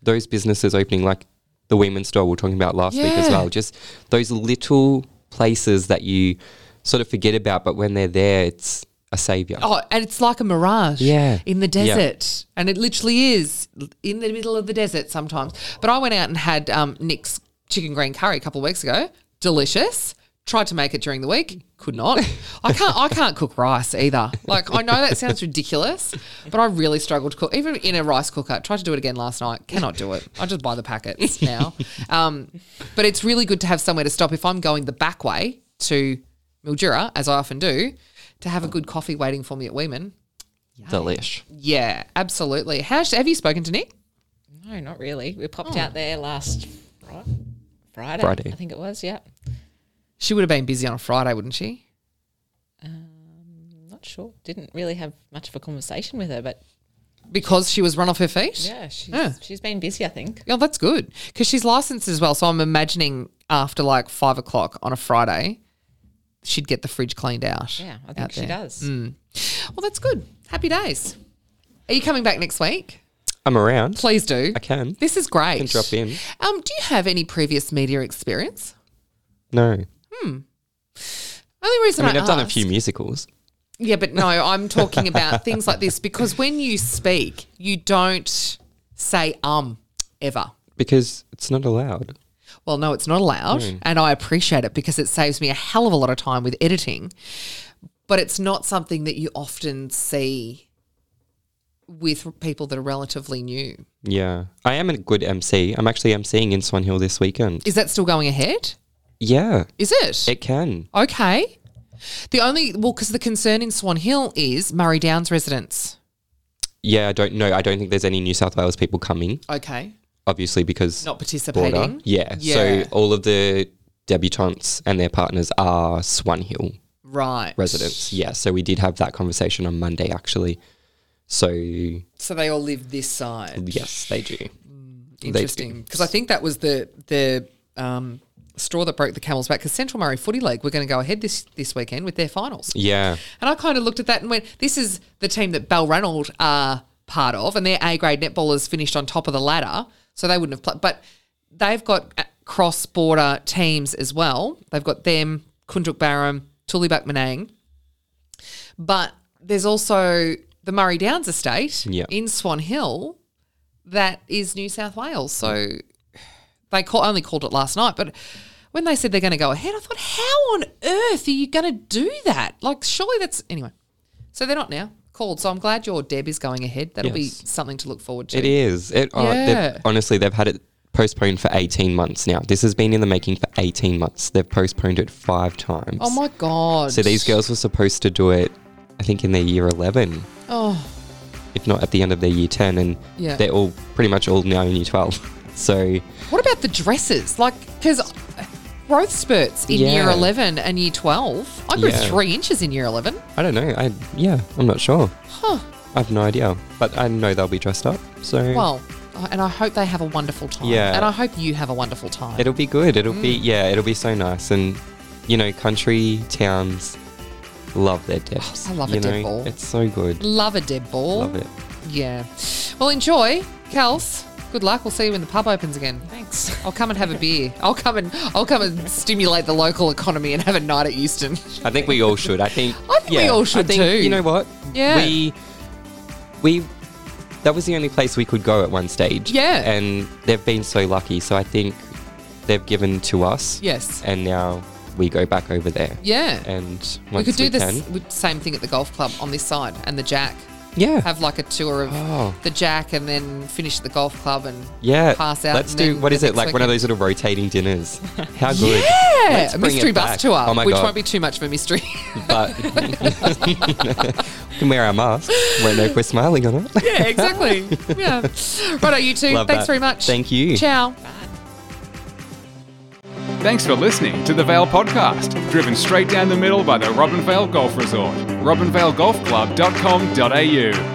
Speaker 4: those businesses opening, like the women's store we were talking about last week as
Speaker 3: Yeah.
Speaker 4: well. Just those little places that you sort of forget about, but when they're there, it's a savior.
Speaker 3: Oh, and it's like a mirage.
Speaker 4: Yeah.
Speaker 3: In the
Speaker 4: Yeah.
Speaker 3: desert. And it literally is in the middle of the desert sometimes. But I went out and had um, Nick's chicken green curry a couple of weeks ago. Delicious. Tried to make it during the week, could not. I can't. I can't cook rice either. Like I know that sounds ridiculous, but I really struggle to cook. Even in a rice cooker, tried to do it again last night. Cannot do it. I just buy the packets now. Um, but it's really good to have somewhere to stop if I'm going the back way to Mildura, as I often do, to have a good coffee waiting for me at Weeman.
Speaker 4: Delish.
Speaker 3: Yeah, absolutely. How have you spoken to Nick?
Speaker 5: No, not really. We
Speaker 3: Oh.
Speaker 5: popped out there last Fri- Friday,
Speaker 4: Friday.
Speaker 5: I think it was. Yeah,
Speaker 3: She would have been busy on a Friday, wouldn't she?
Speaker 5: not sure. Didn't really have much of a conversation with her, but
Speaker 3: Because she was run off her feet.
Speaker 5: yeah, she's
Speaker 3: Yeah.
Speaker 5: she's been busy. I think.
Speaker 3: Oh, that's good because she's licensed as well. So I'm imagining after like five o'clock on a Friday, she'd get the fridge cleaned out.
Speaker 5: Yeah, I
Speaker 3: out
Speaker 5: think she
Speaker 3: there. Mm.
Speaker 5: does.
Speaker 3: Well, that's good. Happy days. Are you coming back next week?
Speaker 4: I'm around.
Speaker 3: Please do.
Speaker 4: I can.
Speaker 3: This is great.
Speaker 4: can drop in.
Speaker 3: Um, do you have any previous media experience?
Speaker 4: No.
Speaker 3: Only
Speaker 4: I
Speaker 3: reason I
Speaker 4: mean, I've done a
Speaker 3: ask-
Speaker 4: few musicals.
Speaker 3: Yeah, but no, I'm talking about things like this because when you speak, you don't say um ever.
Speaker 4: Because it's not allowed.
Speaker 3: Well, no, it's not allowed.
Speaker 4: Hmm.
Speaker 3: And I appreciate it because it saves me a hell of a lot of time with editing. But it's not something that you often see with people that are relatively new.
Speaker 4: Yeah. I am a good MC. I'm actually MCing in Swan Hill this weekend.
Speaker 3: Is that still going ahead?
Speaker 4: Yeah,
Speaker 3: Is it?
Speaker 4: it can.
Speaker 3: okay. The only, well, because the concern in Swan Hill is Murray Downs residents.
Speaker 4: Yeah, I don't know. I don't think there's any New South Wales people coming,
Speaker 3: Okay.
Speaker 4: obviously, because
Speaker 3: Not
Speaker 4: border.
Speaker 3: participating.
Speaker 4: Yeah.
Speaker 3: Yeah.
Speaker 4: So all of the debutantes and their partners are Swan Hill
Speaker 3: Right.
Speaker 4: residents. Yeah. So we did have that conversation on Monday, actually. So
Speaker 3: So they all live this side.
Speaker 4: yes, they do.
Speaker 3: Interesting, because I think that was the the um, straw that broke the camel's back. Because Central Murray Footy League were going to go ahead this this weekend with their finals,
Speaker 4: Yeah.
Speaker 3: and I kind of looked at that and went, "This is the team that Balranald are part of, and their A grade netballers finished on top of the ladder, so they wouldn't have played." But they've got cross border teams as well. They've got them, Kunduk Barham, Tullybuck Menang, but there's also the Murray Downs estate
Speaker 4: Yeah.
Speaker 3: in Swan Hill that is New South Wales. So they call, only called it last night, but when they said they're going to go ahead, I thought, how on earth are you going to do that? Like, surely that's anyway. So they're not now called. So I'm glad your Deb is going ahead. That'll be
Speaker 4: Yes.
Speaker 3: something to look forward to.
Speaker 4: It is. It oh, they've-
Speaker 3: Yeah.
Speaker 4: honestly they've had it postponed for 18 months now. This has been in the making for 18 months. They've postponed it 5 times.
Speaker 3: Oh my god!
Speaker 4: So these girls were supposed to do it I think in their year 11,
Speaker 3: Oh
Speaker 4: if not at the end of their year 10 and
Speaker 3: Yeah.
Speaker 4: they're all pretty much all now in year 12. So
Speaker 3: What about the dresses? Like, because growth spurts in year
Speaker 4: Yeah.
Speaker 3: 11 and year 12. I grew
Speaker 4: Yeah.
Speaker 3: three inches in year 11.
Speaker 4: I don't know. I yeah, I'm not sure.
Speaker 3: Huh.
Speaker 4: I've no idea. But I know they'll be dressed up. So
Speaker 3: Well, I- and I hope they have a wonderful time.
Speaker 4: Yeah.
Speaker 3: And I hope you have a wonderful time.
Speaker 4: it'll be good. It'll be
Speaker 3: Mm.
Speaker 4: yeah, it'll be so nice. And you know, country towns love their depths.
Speaker 3: I love a
Speaker 4: you
Speaker 3: dead ball.
Speaker 4: It's so good.
Speaker 3: Love a dead ball.
Speaker 4: Love it.
Speaker 3: Yeah. Well, enjoy. Kels, good luck. We'll see you when the pub opens again.
Speaker 5: Thanks.
Speaker 3: I'll come and have a beer. I'll come and I'll come and stimulate the local economy and have a night at Euston.
Speaker 4: I think we all should. I think
Speaker 3: I think we
Speaker 4: yeah,
Speaker 3: all should
Speaker 4: I think,
Speaker 3: too.
Speaker 4: You know what?
Speaker 3: Yeah.
Speaker 4: We we that was the only place we could go at one stage.
Speaker 3: Yeah.
Speaker 4: And they've been so lucky. So I think they've given to us.
Speaker 3: Yes.
Speaker 4: And now we go back over there.
Speaker 3: Yeah.
Speaker 4: And once
Speaker 3: we could do the
Speaker 4: can,
Speaker 3: s- we- same thing at the golf club on this side and the Jack.
Speaker 4: yeah,
Speaker 3: Have like a tour of
Speaker 4: Oh.
Speaker 3: the Jack and then finish at the golf club and
Speaker 4: yeah.
Speaker 3: pass out.
Speaker 4: Let's
Speaker 3: and
Speaker 4: do
Speaker 3: then
Speaker 4: what
Speaker 3: the
Speaker 4: is it
Speaker 3: next
Speaker 4: like one of
Speaker 3: weekend-
Speaker 4: those little rotating dinners? How good!
Speaker 3: Yeah,
Speaker 4: Let's
Speaker 3: a
Speaker 4: bring
Speaker 3: mystery
Speaker 4: it
Speaker 3: bus
Speaker 4: back.
Speaker 3: tour,
Speaker 4: Oh my
Speaker 3: which
Speaker 4: god!
Speaker 3: won't be too much of a mystery.
Speaker 4: but we can wear our masks. Won't know if we're smiling or not.
Speaker 3: yeah, exactly. Yeah. Righto, you two.
Speaker 4: Love
Speaker 3: Thanks
Speaker 4: that.
Speaker 3: very much.
Speaker 4: Thank you.
Speaker 3: Ciao.
Speaker 2: Thanks for listening to the Vale Podcast, driven straight down the middle by the Robin Vale Golf Resort, robinvalegolfclub.com.au.